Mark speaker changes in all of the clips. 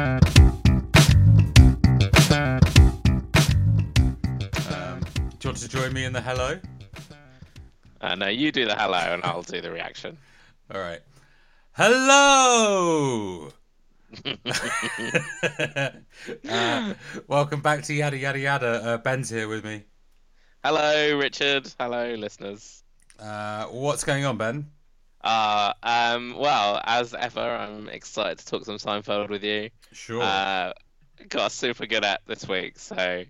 Speaker 1: Um, me in the hello?
Speaker 2: Uh, no, you do the hello and I'll do the reaction.
Speaker 1: All right. Hello! Uh, welcome back to Yada Yada Yada. Uh, Ben's here with me.
Speaker 2: Hello, Richard. Hello, listeners.
Speaker 1: Uh, what's going on, Ben?
Speaker 2: Uh, um, well, as ever, I'm excited to talk some Seinfeld with you.
Speaker 1: Sure.
Speaker 2: Uh, got super good at this week, so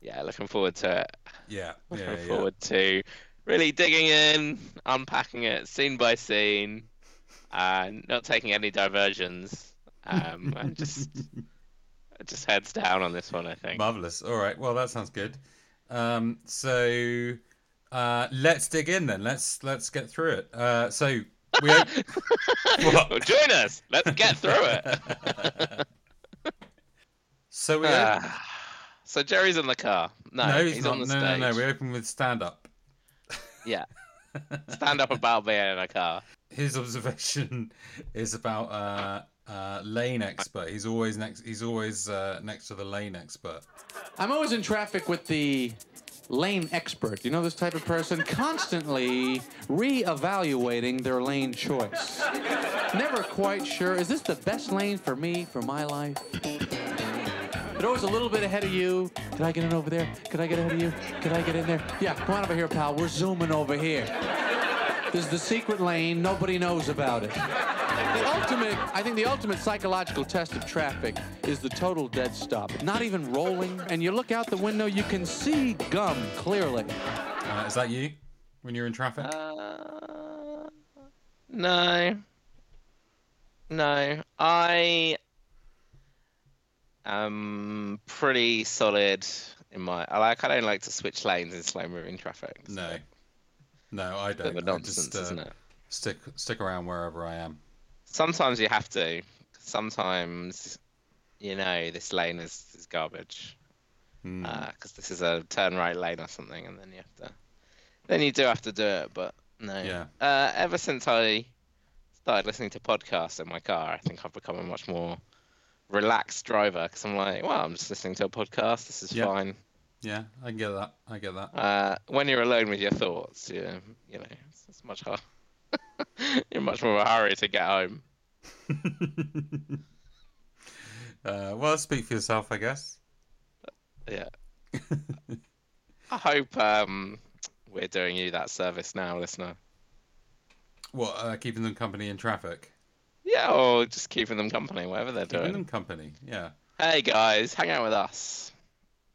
Speaker 2: yeah, looking forward to it.
Speaker 1: yeah. Yeah.
Speaker 2: Looking
Speaker 1: yeah.
Speaker 2: forward to really digging in, unpacking it scene by scene, uh, not taking any diversions, um, and just just heads down on this one. I think.
Speaker 1: Marvelous. All right. Well, that sounds good. Um, so uh, let's dig in then. Let's let's get through it. Uh, so we op-
Speaker 2: well, join us. Let's get through it.
Speaker 1: so we op-
Speaker 2: Ah. so Jerry's in the car. No,
Speaker 1: no,
Speaker 2: he's,
Speaker 1: not.
Speaker 2: on the
Speaker 1: no,
Speaker 2: stage.
Speaker 1: no, no. We open with stand up.
Speaker 2: Yeah. Stand up about being in a car.
Speaker 1: His observation is about uh, uh, lane expert. He's always next. He's always uh, next to the lane expert.
Speaker 3: I'm always in traffic with the lane expert. You know this type of person constantly re-evaluating their lane choice. Never quite sure is this the best lane for me for my life? They're always a little bit ahead of you. Could I get in over there? Could I get ahead of you? Could I get in there? Yeah, come on over here, pal. We're zooming over here. This is the secret lane. Nobody knows about it. The ultimate, I think the ultimate psychological test of traffic is the total dead stop. Not even rolling, and you look out the window, you can see gum clearly.
Speaker 1: Uh, is that you when you're in traffic?
Speaker 2: Uh, no. No. I am pretty solid in my. I like. I don't like to switch lanes in slow moving traffic. It's
Speaker 1: no, no, I
Speaker 2: a bit
Speaker 1: don't.
Speaker 2: of a
Speaker 1: I
Speaker 2: nonsense,
Speaker 1: just uh,
Speaker 2: isn't it?
Speaker 1: stick stick around wherever I am.
Speaker 2: Sometimes you have to. Sometimes, you know, this lane is, is garbage.
Speaker 1: Mm.
Speaker 2: because Uh, this is a turn right lane or something, and then you have to, then you do have to do it. But no,
Speaker 1: Yeah.
Speaker 2: Uh, ever since I started listening to podcasts in my car, I think I've become a much more relaxed driver because I'm like, well, I'm just listening to a podcast. This is
Speaker 1: Yeah.
Speaker 2: fine.
Speaker 1: Yeah, I get that. I get that.
Speaker 2: Uh, when you're alone with your thoughts, you you know, it's, it's much hard. you're much more of a hurry to get home.
Speaker 1: Uh, well, speak for yourself, I guess.
Speaker 2: Yeah. I hope um, we're doing you that service now, listener.
Speaker 1: What uh, keeping them company in traffic?
Speaker 2: Yeah, or just keeping them company, whatever they're
Speaker 1: Keeping
Speaker 2: doing.
Speaker 1: them company, yeah.
Speaker 2: Hey guys, hang out with us.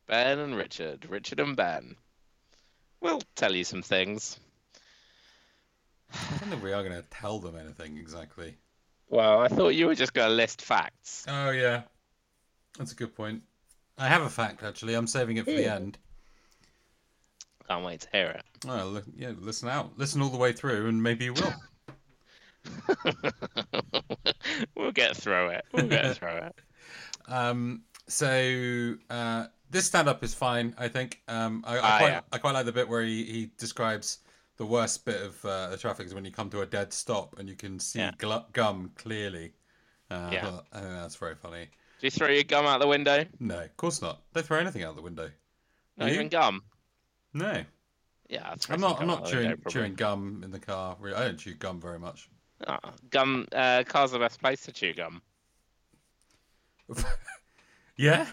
Speaker 2: Ben and Richard, Richard and Ben. We'll tell you some things.
Speaker 1: I don't think we are going to tell them anything exactly.
Speaker 2: Well, I thought you were just going to list facts.
Speaker 1: Oh yeah, that's a good point. I have a fact actually. I'm saving it for the end.
Speaker 2: Can't wait to hear it.
Speaker 1: Oh, li- yeah, listen out. Listen all the way through, and maybe you will.
Speaker 2: we'll get through it. We'll get through it.
Speaker 1: Um, so uh, this stand up is fine, I think. Um, I, I,
Speaker 2: Ah,
Speaker 1: quite,
Speaker 2: yeah.
Speaker 1: I quite like the bit where he, he describes the worst bit of uh, the traffic is when you come to a dead stop and you can see
Speaker 2: Yeah.
Speaker 1: gl- gum clearly. Uh,
Speaker 2: Yeah.
Speaker 1: well, I think that's very funny.
Speaker 2: Do you throw your gum out the window?
Speaker 1: No, of course not. They throw anything out the window.
Speaker 2: Not
Speaker 1: You?
Speaker 2: even gum.
Speaker 1: No,
Speaker 2: Yeah, I'll throw
Speaker 1: I'm
Speaker 2: some
Speaker 1: not. I'm
Speaker 2: gum out
Speaker 1: not
Speaker 2: the
Speaker 1: chewing,
Speaker 2: window, probably.
Speaker 1: chewing gum in the car. Really, I don't chew gum very much.
Speaker 2: Ah, gum. Uh, car's the best place to chew gum.
Speaker 1: Yeah.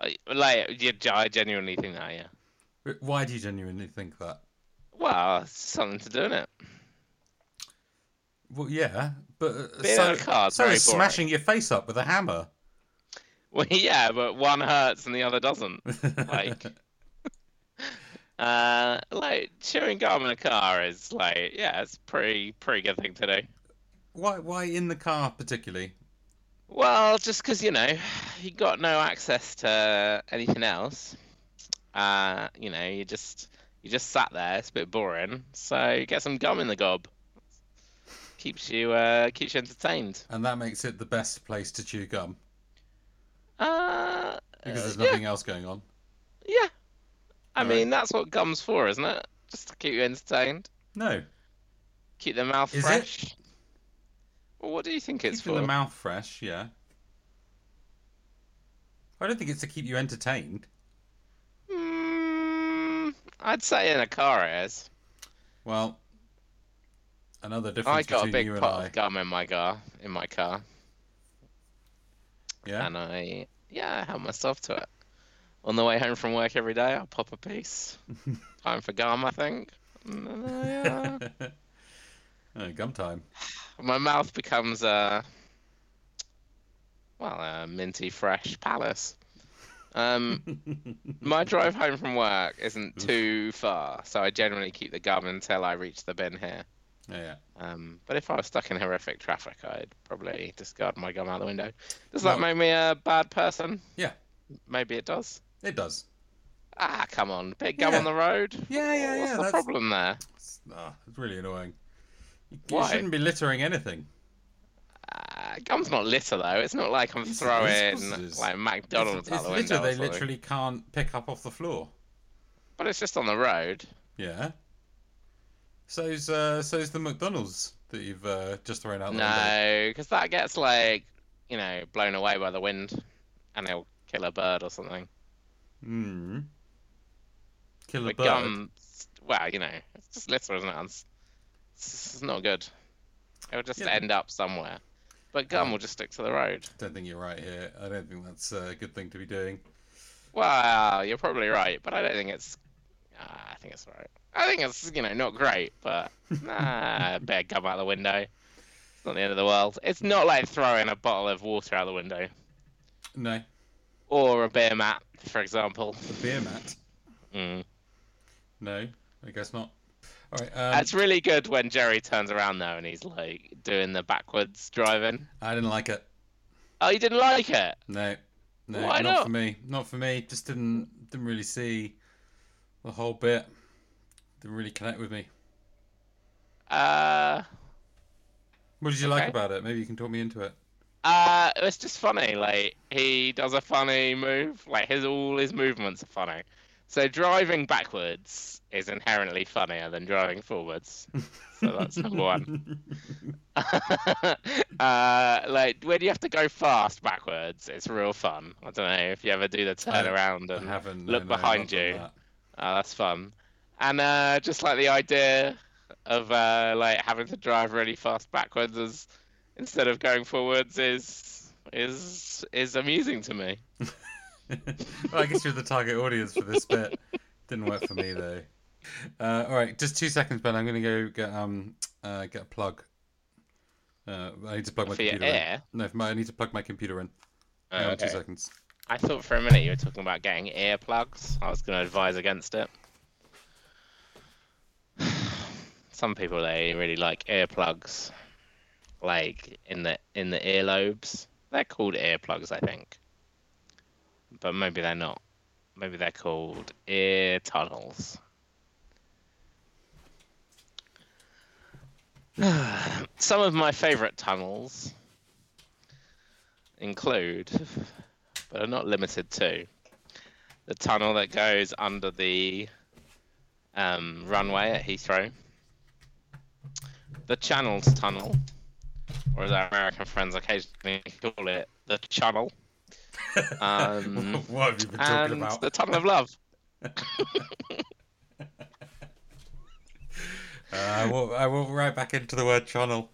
Speaker 2: I- Uh, Like, you- I genuinely think that. Yeah.
Speaker 1: Why do you genuinely think that?
Speaker 2: Well, it's something to do in it.
Speaker 1: Well, yeah, but uh,
Speaker 2: Being
Speaker 1: so,
Speaker 2: in a car is
Speaker 1: so
Speaker 2: very
Speaker 1: is
Speaker 2: boring.
Speaker 1: smashing your face up with a hammer.
Speaker 2: Well, yeah, but one hurts and the other doesn't. Like, uh, like chewing gum in a car is like, yeah, it's pretty pretty good thing to do.
Speaker 1: Why? Why in the car particularly?
Speaker 2: Well, just 'cause, you know, you got no access to anything else. Uh, you know, you just you just sat there. It's a bit boring, so get some gum in the gob. Keeps you uh, keeps you entertained.
Speaker 1: And that makes it the best place to chew gum
Speaker 2: Uh,
Speaker 1: because there's
Speaker 2: yeah,
Speaker 1: nothing else going on.
Speaker 2: yeah. I
Speaker 1: All right.
Speaker 2: mean, that's what gum's for, isn't it? Just to keep you entertained.
Speaker 1: No,
Speaker 2: Keep the mouth
Speaker 1: Is it?
Speaker 2: fresh. Well, what do you think it's
Speaker 1: keeping
Speaker 2: for?
Speaker 1: the mouth fresh. Yeah. I don't think it's to keep you entertained.
Speaker 2: Mm, I'd say in a car it is.
Speaker 1: Well, another
Speaker 2: I
Speaker 1: difference
Speaker 2: got a
Speaker 1: between
Speaker 2: big
Speaker 1: you and
Speaker 2: pot
Speaker 1: I.
Speaker 2: of gum in my car, in my car,
Speaker 1: Yeah.
Speaker 2: and I yeah, I held myself to it. On the way home from work every day, I pop a piece. Time for gum, I think. And then I, uh,
Speaker 1: Oh, gum time.
Speaker 2: my mouth becomes a well a minty fresh palace um my drive home from work isn't too far so i generally keep the gum until i reach the bin here
Speaker 1: Yeah, yeah.
Speaker 2: um but if i was stuck in horrific traffic i'd probably discard my gum out the window does that
Speaker 1: No.
Speaker 2: make me a bad person
Speaker 1: Yeah,
Speaker 2: maybe it does
Speaker 1: it does.
Speaker 2: ah come on big gum
Speaker 1: Yeah.
Speaker 2: on the road
Speaker 1: Yeah, yeah,
Speaker 2: what's
Speaker 1: yeah.
Speaker 2: the
Speaker 1: that's
Speaker 2: problem there
Speaker 1: It's, ah, it's really annoying. You, you
Speaker 2: Why?
Speaker 1: shouldn't be littering anything.
Speaker 2: uh, gum's not litter though it's not like i'm
Speaker 1: Yes, it
Speaker 2: throwing
Speaker 1: is. Of course it is.
Speaker 2: like mcdonald's
Speaker 1: it's
Speaker 2: out the
Speaker 1: it's litter
Speaker 2: window or
Speaker 1: they
Speaker 2: something.
Speaker 1: literally can't pick up off the floor.
Speaker 2: But it's just on the road.
Speaker 1: Yeah. So's uh, so's the McDonald's that you've uh, just thrown out the window.
Speaker 2: No, because that gets like you know blown away by the wind, and it'll kill a bird or something.
Speaker 1: Hmm. Kill a
Speaker 2: But
Speaker 1: bird.
Speaker 2: gum, well, you know, it's just litter, isn't it? It's, it's just not good. It'll just
Speaker 1: Yeah.
Speaker 2: end up somewhere. But gum
Speaker 1: Um,
Speaker 2: will just stick to the road.
Speaker 1: Don't think you're right here. I don't think that's a good thing to be doing.
Speaker 2: Well, you're probably right, but I don't think it's. ah, I think it's all right. I think it's you know not great, but nah, better gum out the window. It's not the end of the world. It's not like throwing a bottle of water out the window.
Speaker 1: No,
Speaker 2: or a beer mat, for example.
Speaker 1: a beer mat.
Speaker 2: Mm.
Speaker 1: No, I guess not. All right. Um,
Speaker 2: That's really good when Jerry turns around though, and he's like doing the backwards driving.
Speaker 1: I didn't like it.
Speaker 2: Oh, you didn't like it?
Speaker 1: No, no,
Speaker 2: Why
Speaker 1: not
Speaker 2: not?
Speaker 1: for me. Not for me. Just didn't didn't really see the whole bit. Didn't really connect with me.
Speaker 2: Uh,
Speaker 1: What did you like
Speaker 2: Okay.
Speaker 1: about it? Maybe you can talk me into it.
Speaker 2: uh, it was just funny. Like he does a funny move. Like his all his movements are funny. So driving backwards is inherently funnier than driving forwards. So that's number one. uh, like when you have to go fast backwards, it's real fun. I don't know if you ever do the turn around
Speaker 1: I
Speaker 2: and
Speaker 1: haven't.
Speaker 2: look
Speaker 1: no, no,
Speaker 2: behind
Speaker 1: not done
Speaker 2: you.
Speaker 1: that.
Speaker 2: Oh, that's fun. And uh, just like the idea of uh, like having to drive really fast backwards is, instead of going forwards is is is amusing to me.
Speaker 1: well, I guess you're the target audience for this bit. Didn't work for me though. Uh, all right, just two seconds, Ben. I'm gonna go get um uh, get a plug. Uh, I need to plug my
Speaker 2: For your Oh,
Speaker 1: computer
Speaker 2: ear?
Speaker 1: in. No, for my, I need to plug my computer in. Hang on two seconds.
Speaker 2: I thought for a minute you were talking about getting earplugs. I was going to advise against it. Some people they really like earplugs, like in the in the earlobes. They're called earplugs, I think, but maybe they're not. Maybe they're called ear tunnels. Some of my favourite tunnels include but are not limited to the tunnel that goes under the um, runway at Heathrow, the Channels Tunnel, or as our American friends occasionally call it, the Channel, um,
Speaker 1: what have you been talking
Speaker 2: and
Speaker 1: about?
Speaker 2: the Tunnel of Love.
Speaker 1: Uh, I will. I will right back into the word channel.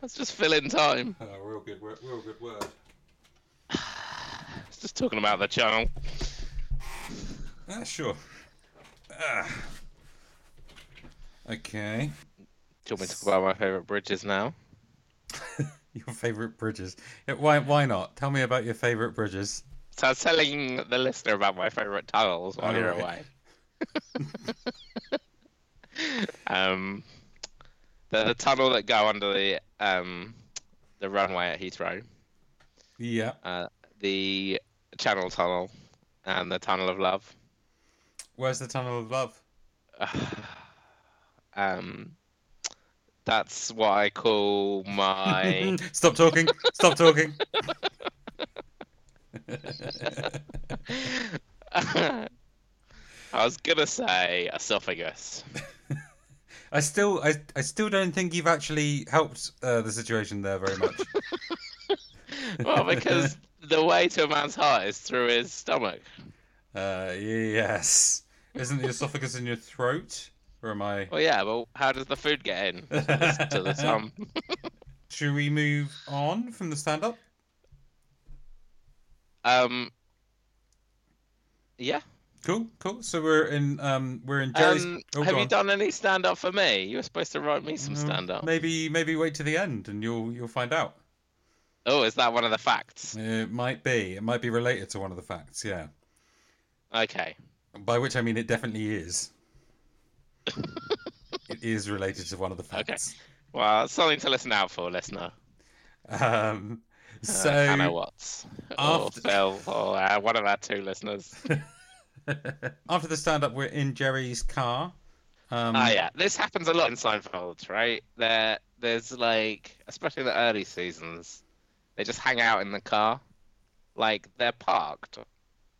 Speaker 2: Let's just fill in time.
Speaker 1: Oh, real good. word- Real good word.
Speaker 2: It's just talking about the Channel.
Speaker 1: Ah, sure. Ah. Okay.
Speaker 2: Do you want me to talk about my favourite bridges now?
Speaker 1: Your favorite bridges. Yeah, Why? Why not? Tell me about your favorite bridges.
Speaker 2: So I was telling the listener about my favourite tunnels
Speaker 1: Oh,
Speaker 2: while you're away.
Speaker 1: Alright.
Speaker 2: um, the, the tunnel that go under the um, the runway at Heathrow,
Speaker 1: Yeah.
Speaker 2: uh, the Channel Tunnel, and the Tunnel of Love.
Speaker 1: Where's the tunnel of love?
Speaker 2: Um, that's what I call my.
Speaker 1: Stop talking. Stop talking.
Speaker 2: I was gonna say esophagus.
Speaker 1: I still, I, I still don't think you've actually helped uh, the situation there very much.
Speaker 2: Well, because the way to a man's heart is through his stomach.
Speaker 1: uh, yes. Isn't the esophagus in your throat? Or am I?
Speaker 2: Well, yeah, but how does the food get in? Just to the tongue.
Speaker 1: Should we move on from the stand up?
Speaker 2: Um. Yeah.
Speaker 1: Cool, cool. So we're in um we're in Jerry's.
Speaker 2: Um,
Speaker 1: oh,
Speaker 2: have
Speaker 1: go
Speaker 2: you
Speaker 1: on.
Speaker 2: done any stand up for me? You were supposed to write me some
Speaker 1: Um,
Speaker 2: stand up.
Speaker 1: Maybe maybe wait to the end and you'll you'll find out.
Speaker 2: Oh, is that one of the facts?
Speaker 1: It might be. It might be related to one of the facts, yeah.
Speaker 2: Okay.
Speaker 1: By which I mean it definitely is. it is related to one of the facts.
Speaker 2: Well, it's something to listen out for, listener.
Speaker 1: Um
Speaker 2: Uh,
Speaker 1: so
Speaker 2: Hannah Watts. Or
Speaker 1: after-
Speaker 2: Phil, or uh, one of our two listeners.
Speaker 1: after the stand up we're in Jerry's car. Um
Speaker 2: Ah, yeah, this happens a lot in Seinfeld, right? There, there's like, especially the early seasons, they just hang out in the car, like they're parked,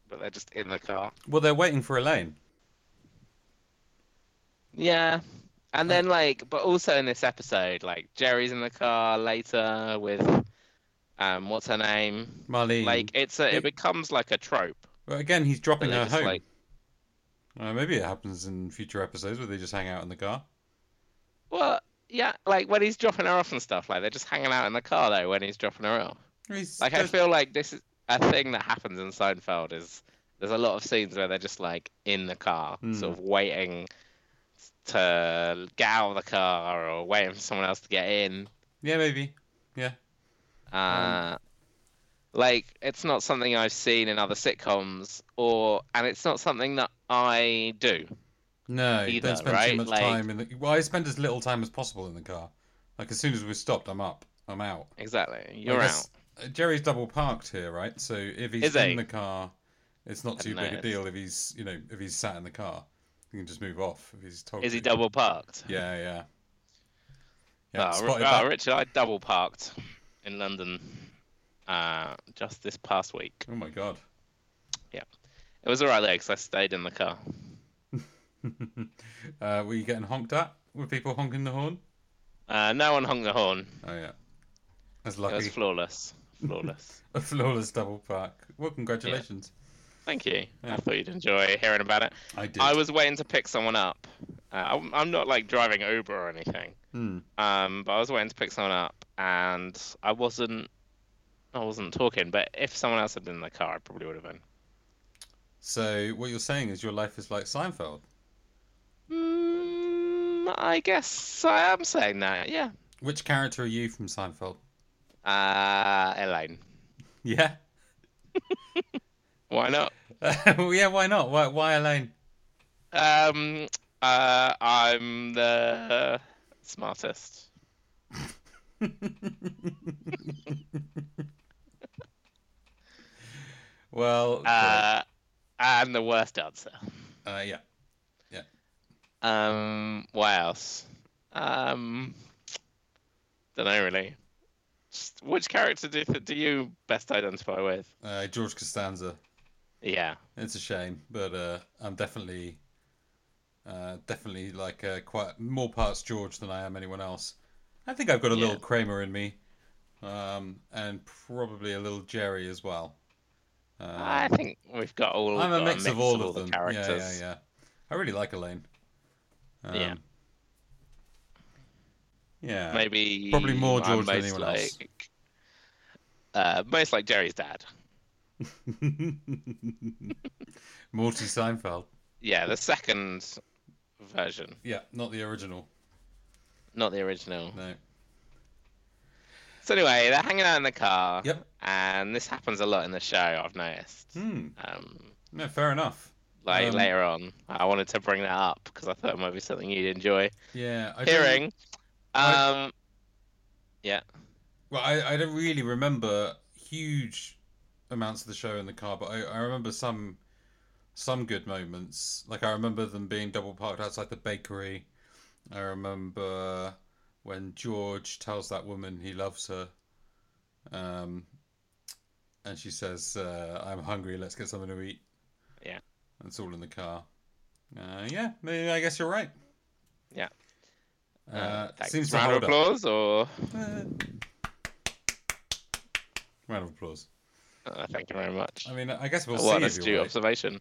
Speaker 2: but they're just in the car.
Speaker 1: well they're waiting for Elaine.
Speaker 2: Yeah, and then like, but also in this episode, like Jerry's in the car later with, um, what's her name?
Speaker 1: Marlene.
Speaker 2: Like it's a, it becomes like a trope.
Speaker 1: well, again he's dropping
Speaker 2: They're
Speaker 1: her
Speaker 2: just
Speaker 1: home.
Speaker 2: like,
Speaker 1: Uh, maybe it happens in future episodes where they just hang out in the car.
Speaker 2: well, yeah, like when he's dropping her off and stuff, like they're just hanging out in the car though when he's dropping her off.
Speaker 1: He's
Speaker 2: Like I
Speaker 1: just-
Speaker 2: feel like this is a thing that happens in Seinfeld is there's a lot of scenes where they're just like in the car,
Speaker 1: Hmm.
Speaker 2: sort of waiting to get out of the car or waiting for someone else to get in.
Speaker 1: Yeah, maybe. Yeah. Hmm.
Speaker 2: Uh, like it's not something I've seen in other sitcoms or and it's not something that I do.
Speaker 1: No,
Speaker 2: either,
Speaker 1: don't spend too
Speaker 2: right?
Speaker 1: much
Speaker 2: Like-
Speaker 1: time in the. Well, I spend as little time as possible in the car. Like as soon as we're stopped, I'm up. I'm out.
Speaker 2: Exactly. You're
Speaker 1: I
Speaker 2: out.
Speaker 1: guess, uh, Jerry's double parked here, right? So if he's
Speaker 2: Is
Speaker 1: in
Speaker 2: he?
Speaker 1: the car, it's not too
Speaker 2: hadn't
Speaker 1: big a
Speaker 2: noticed.
Speaker 1: deal. If he's you know if he's sat in the car, you can just move off. If he's told.
Speaker 2: Is he
Speaker 1: to.
Speaker 2: double parked?
Speaker 1: Yeah, yeah. Yeah,
Speaker 2: Yeah,
Speaker 1: spotted
Speaker 2: oh,
Speaker 1: that.
Speaker 2: Richard, I double parked in London uh, just this past week.
Speaker 1: Oh my god.
Speaker 2: It was alright though, because I stayed in the car.
Speaker 1: uh, were you getting honked at? Were people honking the horn?
Speaker 2: Uh, no one hung the horn.
Speaker 1: Oh yeah. That's
Speaker 2: It was
Speaker 1: lucky.
Speaker 2: flawless. Flawless.
Speaker 1: a flawless double park. Well, congratulations.
Speaker 2: Thank you.
Speaker 1: Yeah.
Speaker 2: I thought you'd enjoy hearing about it.
Speaker 1: I did.
Speaker 2: I was waiting to pick someone up. Uh, I'm, I'm not like driving Uber or anything,
Speaker 1: Hmm.
Speaker 2: um, but I was waiting to pick someone up, and I wasn't. I wasn't talking, but if someone else had been in the car, I probably would have been.
Speaker 1: So what you're saying is your life is like Seinfeld.
Speaker 2: Mm, I guess I am saying that. Yeah.
Speaker 1: Which character are you from Seinfeld?
Speaker 2: Uh, Elaine.
Speaker 1: Yeah.
Speaker 2: Why not?
Speaker 1: well, yeah. Why not? Why? Why Elaine?
Speaker 2: Um, uh, I'm the smartest.
Speaker 1: well.
Speaker 2: Uh, and the worst answer.
Speaker 1: great. uh, yeah.
Speaker 2: Um, what else? Um, don't know really. Just, which character do do you best identify with?
Speaker 1: Uh, George Costanza.
Speaker 2: Yeah,
Speaker 1: It's a shame, but uh, I'm definitely, uh, definitely like uh, quite more parts George than I am anyone else. I think I've got a
Speaker 2: Yeah.
Speaker 1: little Kramer in me, um, and probably a little Jerry as well. Um,
Speaker 2: I think we've got all.
Speaker 1: I'm a
Speaker 2: got
Speaker 1: mix of all of
Speaker 2: the
Speaker 1: them. Yeah,
Speaker 2: characters.
Speaker 1: yeah, yeah. I really like Elaine.
Speaker 2: Yeah.
Speaker 1: Um, Yeah.
Speaker 2: Maybe
Speaker 1: Probably more
Speaker 2: I'm
Speaker 1: George than
Speaker 2: most
Speaker 1: anyone else.
Speaker 2: like- Uh, most like Jerry's dad.
Speaker 1: Morty Seinfeld.
Speaker 2: Yeah, the second version,
Speaker 1: Yeah, not the original.
Speaker 2: not the original.
Speaker 1: No.
Speaker 2: So anyway, they're hanging out in the car.
Speaker 1: Yep.
Speaker 2: And this happens a lot in the show. I've noticed.
Speaker 1: Hmm.
Speaker 2: Um,
Speaker 1: No, fair enough.
Speaker 2: like
Speaker 1: Um,
Speaker 2: later on. I wanted to bring that up because I thought it might be something you'd enjoy
Speaker 1: Yeah. I don't-
Speaker 2: hearing.
Speaker 1: I- uh,
Speaker 2: Um,
Speaker 1: Well, I, I don't really remember huge amounts of the show in the car, but I, I remember some some good moments. Like I remember them being double parked outside the bakery. I remember when George tells that woman he loves her, um, and she says, uh, "I'm hungry. Let's get something to eat."
Speaker 2: Yeah.
Speaker 1: that's all in the car. Uh, yeah, maybe, I guess you're right.
Speaker 2: Yeah.
Speaker 1: Uh,
Speaker 2: uh, thanks.
Speaker 1: seems to
Speaker 2: round
Speaker 1: hold
Speaker 2: of
Speaker 1: up.
Speaker 2: applause, or
Speaker 1: Uh, Round of applause.
Speaker 2: Uh, thank you very much.
Speaker 1: I mean, I guess we'll
Speaker 2: what an
Speaker 1: see. if
Speaker 2: astute
Speaker 1: you're right.
Speaker 2: observation.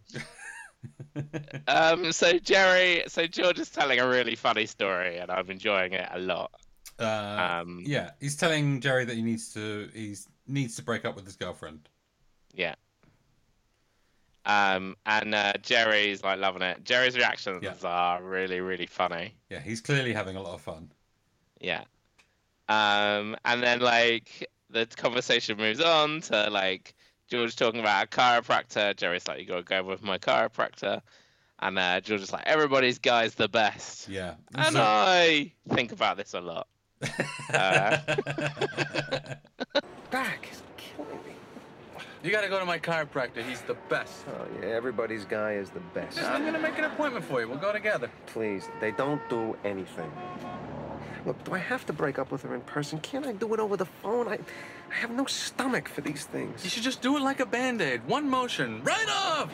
Speaker 2: Um, so Jerry, so George is telling a really funny story, and I'm enjoying it a lot.
Speaker 1: Uh,
Speaker 2: Um,
Speaker 1: yeah, he's telling Jerry that he needs to he's needs to break up with his girlfriend.
Speaker 2: Yeah. Um, and uh, Jerry's like loving it. Jerry's reactions
Speaker 1: Yeah.
Speaker 2: are really, really funny.
Speaker 1: Yeah, he's clearly having a lot of fun.
Speaker 2: Yeah. Um, and then like the conversation moves on to like George talking about a chiropractor. Jerry's like, "You gotta go with my chiropractor," and uh, George is like, "Everybody's guy's the best."
Speaker 1: Yeah.
Speaker 2: And
Speaker 1: So-
Speaker 2: I think about this a lot. Uh,
Speaker 4: back is killing me. You gotta go to my chiropractor. He's the best.
Speaker 5: Oh, yeah, everybody's guy is the best.
Speaker 4: Just, I'm gonna make an appointment for you. We'll go together.
Speaker 5: Please, they don't do anything. Look, do I have to break up with her in person? Can't I do it over the phone? I, I have no stomach for these
Speaker 4: You
Speaker 5: things.
Speaker 4: should just do it like a band-aid. One motion, right off!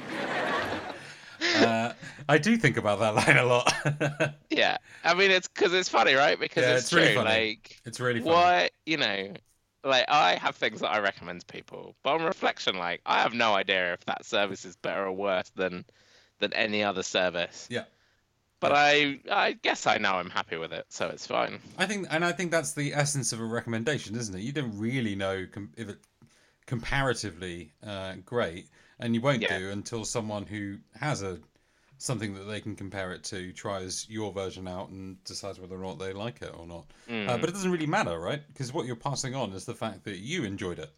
Speaker 1: uh, I do think about that line a lot.
Speaker 2: Yeah, I mean it's because it's funny, right? Because
Speaker 1: Yeah,
Speaker 2: it's,
Speaker 1: it's
Speaker 2: true.
Speaker 1: really funny.
Speaker 2: Like,
Speaker 1: it's really funny.
Speaker 2: why you know, like I have things that I recommend to people, but on reflection, like I have no idea if that service is better or worse than than any other service.
Speaker 1: Yeah.
Speaker 2: But I I guess I know I'm happy with it, so it's fine.
Speaker 1: I think, and I think that's the essence of a recommendation, isn't it? You don't really know com- if it comparatively uh, great, and you won't
Speaker 2: Yeah.
Speaker 1: do until someone who has a something that they can compare it to tries your version out and decides whether or not they like it or not.
Speaker 2: Mm.
Speaker 1: Uh, but it doesn't really matter, right? Because what you're passing on is the fact that you enjoyed it,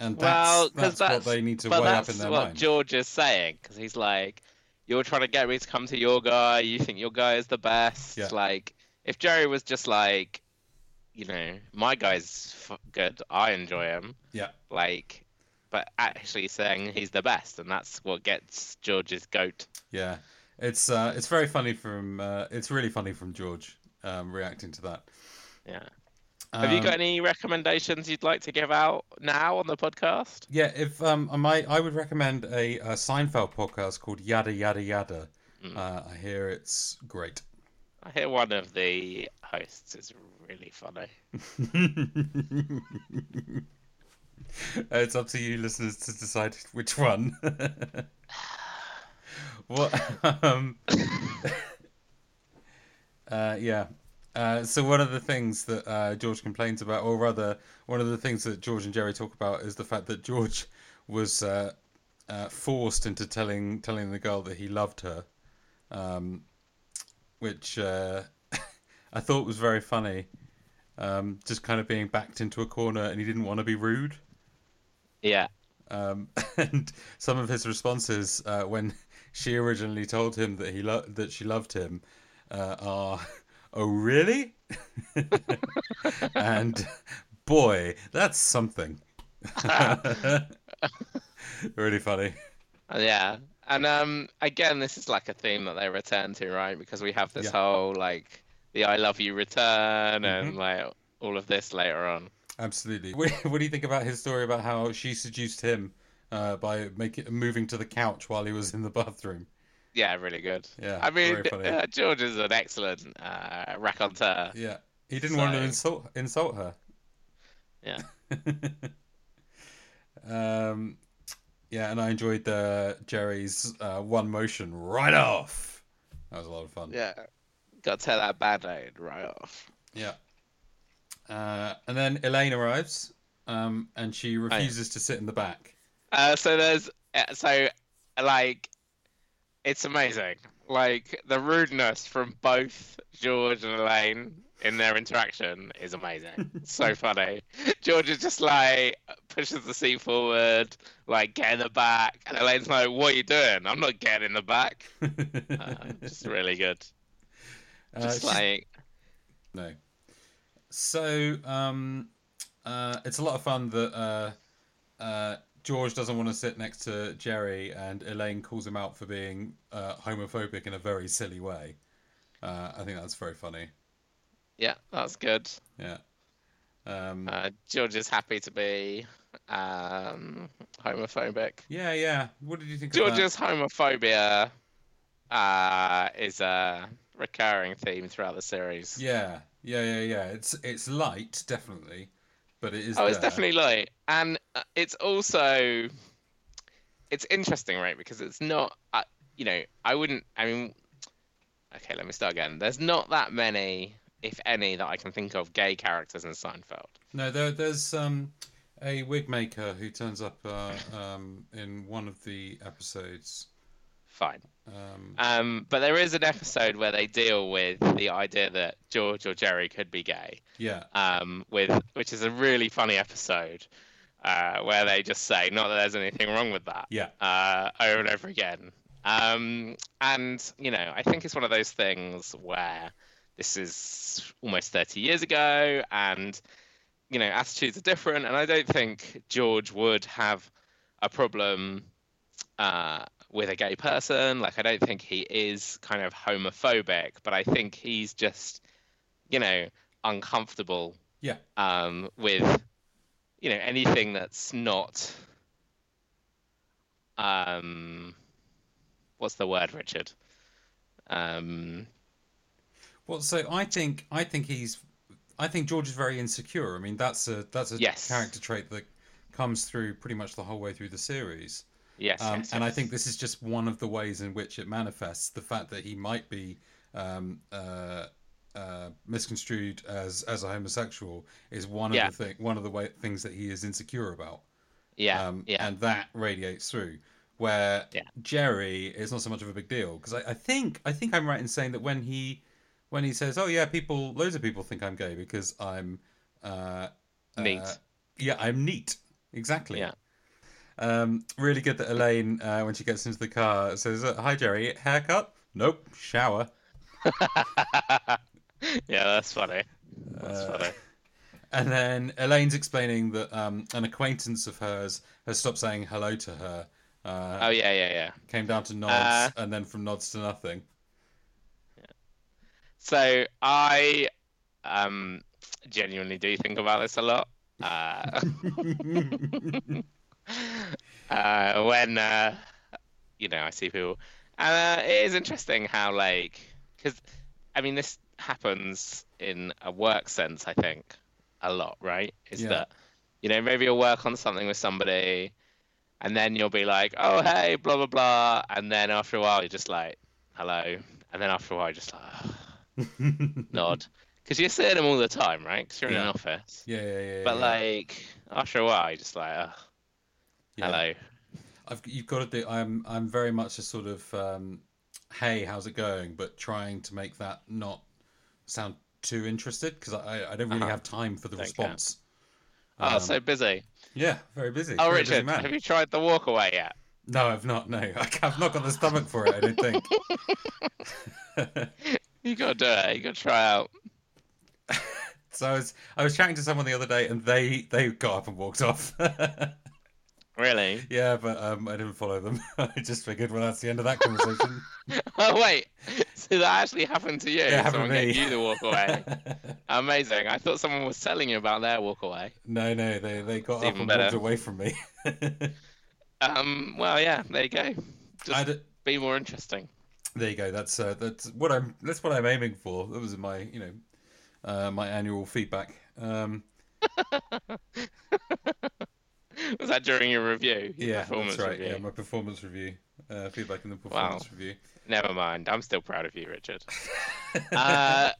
Speaker 1: and that's,
Speaker 2: well,
Speaker 1: that's, what
Speaker 2: because
Speaker 1: they need to weigh
Speaker 2: but
Speaker 1: up
Speaker 2: that's
Speaker 1: in their
Speaker 2: what
Speaker 1: mind.
Speaker 2: George is saying because he's like, "You're trying to get me to come to your guy. You think your guy is the best."
Speaker 1: Yeah.
Speaker 2: Like, if Jerry was just like, you know, my guy's f- good. I enjoy him.
Speaker 1: yeah,
Speaker 2: Like, but actually saying he's the best, and that's what gets George's goat.
Speaker 1: yeah. It's uh, it's very funny from uh, it's really funny from George um, reacting to that.
Speaker 2: Yeah. Have you
Speaker 1: Um,
Speaker 2: got any recommendations you'd like to give out now on the podcast?
Speaker 1: Yeah, if um, I might, I would recommend a, a Seinfeld podcast called Yada Yada Yada. Uh, I hear it's great.
Speaker 2: I hear one of the hosts is really funny.
Speaker 1: Uh, it's up to you, listeners, to decide which one. what? Um, uh, yeah. Uh, so one of the things that uh, George complains about, or rather, one of the things that George and Jerry talk about, is the fact that George was uh, uh, forced into telling telling the girl that he loved her, um, which uh, I thought was very funny. Um, just kind of being backed into a corner, and he didn't want to be rude.
Speaker 2: Yeah.
Speaker 1: Um, and some of his responses uh, when she originally told him that he lo- that she loved him uh, are, "Oh really?" and boy, that's something. really funny.
Speaker 2: Yeah. And um again this is like a theme that they return to, right? Because we have this
Speaker 1: Yeah.
Speaker 2: whole like the I love you return
Speaker 1: Mm-hmm.
Speaker 2: and like all of this later on.
Speaker 1: Absolutely. What, what do you think about his story about how she seduced him uh, by making moving to the couch while he was in the bathroom?
Speaker 2: Yeah, really good.
Speaker 1: Yeah,
Speaker 2: I mean
Speaker 1: very funny.
Speaker 2: uh, George is an excellent uh raconteur.
Speaker 1: Yeah, he didn't want to
Speaker 2: So-
Speaker 1: insult insult her.
Speaker 2: Yeah.
Speaker 1: Um, yeah, and I enjoyed the Jerry's uh, one motion right off. That was a lot of fun.
Speaker 2: Yeah. Gotta tear that band aid right off.
Speaker 1: Yeah. Uh, and then Elaine arrives, um, and she
Speaker 2: Oh, yeah.
Speaker 1: refuses to sit in the back.
Speaker 2: Uh, so there's uh, so like it's amazing. Like the rudeness from both George and Elaine in their interaction is amazing. so funny. George is just like pushes the seat forward, like get in the back, and Elaine's like, "What are you doing? I'm not getting in the back." Uh, just really good.
Speaker 1: Uh,
Speaker 2: Just
Speaker 1: she's-
Speaker 2: like
Speaker 1: No. So um, uh, it's a lot of fun that uh, uh, George doesn't want to sit next to Jerry, and Elaine calls him out for being uh, homophobic in a very silly way. Uh, I think that's very funny.
Speaker 2: yeah, that's good.
Speaker 1: Yeah. Um,
Speaker 2: Uh, George is happy to be um, homophobic.
Speaker 1: yeah, yeah. What did you think? of that?
Speaker 2: George's homophobia uh, is a recurring theme throughout the series.
Speaker 1: Yeah, yeah, yeah, yeah. It's it's light, definitely, but it is.
Speaker 2: oh, it's
Speaker 1: there.
Speaker 2: definitely light, and uh, it's also it's interesting, right? Because it's not. Uh, you know, I wouldn't. I mean, okay, let me start again. There's not that many, if any, that I can think of gay characters in Seinfeld.
Speaker 1: No, there, there's um, a wig maker who turns up uh, um, in one of the episodes.
Speaker 2: Fine.
Speaker 1: Um,
Speaker 2: Um, but there is an episode where they deal with the idea that George or Jerry could be gay,
Speaker 1: yeah,
Speaker 2: um, with which is a really funny episode uh, where they just say, not that there's anything wrong with that,
Speaker 1: yeah.
Speaker 2: uh, over and over again. Um, and you know, I think it's one of those things where this is almost 30 years ago, and you know, attitudes are different. And I don't think George would have a problem uh, with a gay person. Like, I don't think he is kind of homophobic, but I think he's just, you know, uncomfortable
Speaker 1: Yeah.
Speaker 2: um, with you know anything that's not um what's the word richard um
Speaker 1: Well, so I think I think he's I think George is very insecure. I mean, that's a that's a
Speaker 2: Yes.
Speaker 1: character trait that comes through pretty much the whole way through the series.
Speaker 2: yes,
Speaker 1: Um,
Speaker 2: yes,
Speaker 1: and I
Speaker 2: yes.
Speaker 1: think this is just one of the ways in which it manifests the fact that he might be um, uh, uh, misconstrued as as a homosexual is one
Speaker 2: Yeah.
Speaker 1: of the thing, one of the way, things that he is insecure about.
Speaker 2: yeah
Speaker 1: um,
Speaker 2: yeah
Speaker 1: And that radiates through. Where
Speaker 2: Yeah.
Speaker 1: Jerry is not so much of a big deal because I, I think I think I'm right in saying that when he when he says, "Oh yeah, people, loads of people think I'm gay because I'm uh,
Speaker 2: Neat.
Speaker 1: uh, yeah, I'm neat. Exactly.
Speaker 2: Yeah.
Speaker 1: Um, really good that Elaine, uh, when she gets into the car, says, uh, "Hi, Jerry. Haircut? Nope. Shower."
Speaker 2: yeah that's funny that's
Speaker 1: Uh,
Speaker 2: funny
Speaker 1: And then Elaine's explaining that um, an acquaintance of hers has stopped saying hello to her. Uh,
Speaker 2: oh yeah yeah yeah
Speaker 1: Came down to nods,
Speaker 2: Uh,
Speaker 1: and then from nods to nothing.
Speaker 2: so i um genuinely do think about this a lot uh uh, when uh, you know I see people, and uh, it is interesting how like because I mean this happens in a work sense I think a lot right is
Speaker 1: Yeah.
Speaker 2: that you know maybe you'll work on something with somebody and then you'll be like oh hey blah blah blah and then after a while you're just like hello and then after a while you're just like nod because you're seeing them all the time right because you're in an
Speaker 1: Yeah.
Speaker 2: office
Speaker 1: yeah, yeah, yeah.
Speaker 2: but
Speaker 1: yeah.
Speaker 2: like after a while you're just like oh,
Speaker 1: Yeah.
Speaker 2: hello
Speaker 1: I've, you've got to do. I'm, I'm very much a sort of, um, hey, how's it going? But trying to make that not sound too interested because I, I don't really
Speaker 2: Uh-huh.
Speaker 1: have time for the
Speaker 2: Don't care.
Speaker 1: response.
Speaker 2: Oh,
Speaker 1: Um,
Speaker 2: so busy.
Speaker 1: yeah, very busy.
Speaker 2: Oh,
Speaker 1: very busy
Speaker 2: Richard,
Speaker 1: man.
Speaker 2: have you tried the walk away yet?
Speaker 1: No, I've not. No, I've not got the stomach for it. I don't think.
Speaker 2: You gotta do it. You gotta try out.
Speaker 1: So I was I was chatting to someone the other day, and they they got up and walked off.
Speaker 2: Really?
Speaker 1: yeah, but um, I didn't follow them. I just figured, well, that's the end of that conversation.
Speaker 2: Oh wait, so that actually happened to you.
Speaker 1: Yeah, happened
Speaker 2: someone
Speaker 1: to me.
Speaker 2: gave you the walk away. Amazing. I thought someone was telling you about their walk away.
Speaker 1: no, no, they they got
Speaker 2: It's
Speaker 1: up
Speaker 2: even
Speaker 1: and walked
Speaker 2: better.
Speaker 1: away from me.
Speaker 2: Um. Well, yeah. There you go.
Speaker 1: I
Speaker 2: Just
Speaker 1: d-
Speaker 2: be more interesting.
Speaker 1: there you go. That's uh, that's what I'm that's what I'm aiming for. That was my you know uh, my annual feedback. Um,
Speaker 2: Was that during your review? Your
Speaker 1: yeah,
Speaker 2: Performance
Speaker 1: that's right.
Speaker 2: review.
Speaker 1: Yeah, my performance review uh, feedback in the performance review.
Speaker 2: Never mind. I'm still proud of you, Richard. uh,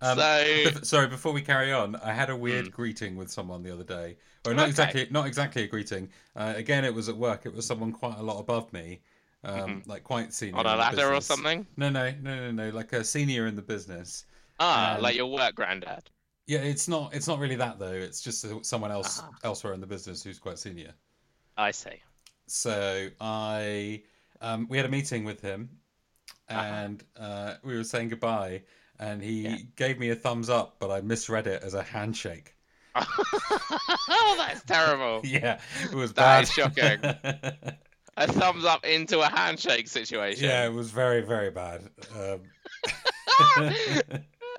Speaker 1: Um,
Speaker 2: so Hmm.
Speaker 1: Bef- sorry, before we carry on, I had a weird greeting with someone the other day. Or not
Speaker 2: Okay.
Speaker 1: exactly, not exactly a greeting. Uh, again, it was at work. It was someone quite a lot above me, um, like quite senior
Speaker 2: Mm-hmm. on
Speaker 1: in
Speaker 2: a
Speaker 1: the
Speaker 2: ladder or
Speaker 1: business.
Speaker 2: something?
Speaker 1: No, no, no, no, no, like a senior in the business.
Speaker 2: Ah,
Speaker 1: Um,
Speaker 2: like your work granddad.
Speaker 1: Yeah, it's not, it's not really that though. It's just someone else
Speaker 2: Ah.
Speaker 1: elsewhere in the business who's quite senior.
Speaker 2: I see.
Speaker 1: So I, um, we had a meeting with him,
Speaker 2: Uh-huh.
Speaker 1: and uh, we were saying goodbye, and he
Speaker 2: Yeah.
Speaker 1: gave me a thumbs up, but I misread it as a handshake.
Speaker 2: oh, that's terrible.
Speaker 1: Yeah, it was
Speaker 2: That
Speaker 1: bad.
Speaker 2: is shocking. a thumbs up into a handshake situation.
Speaker 1: yeah, it was very, very bad. Um,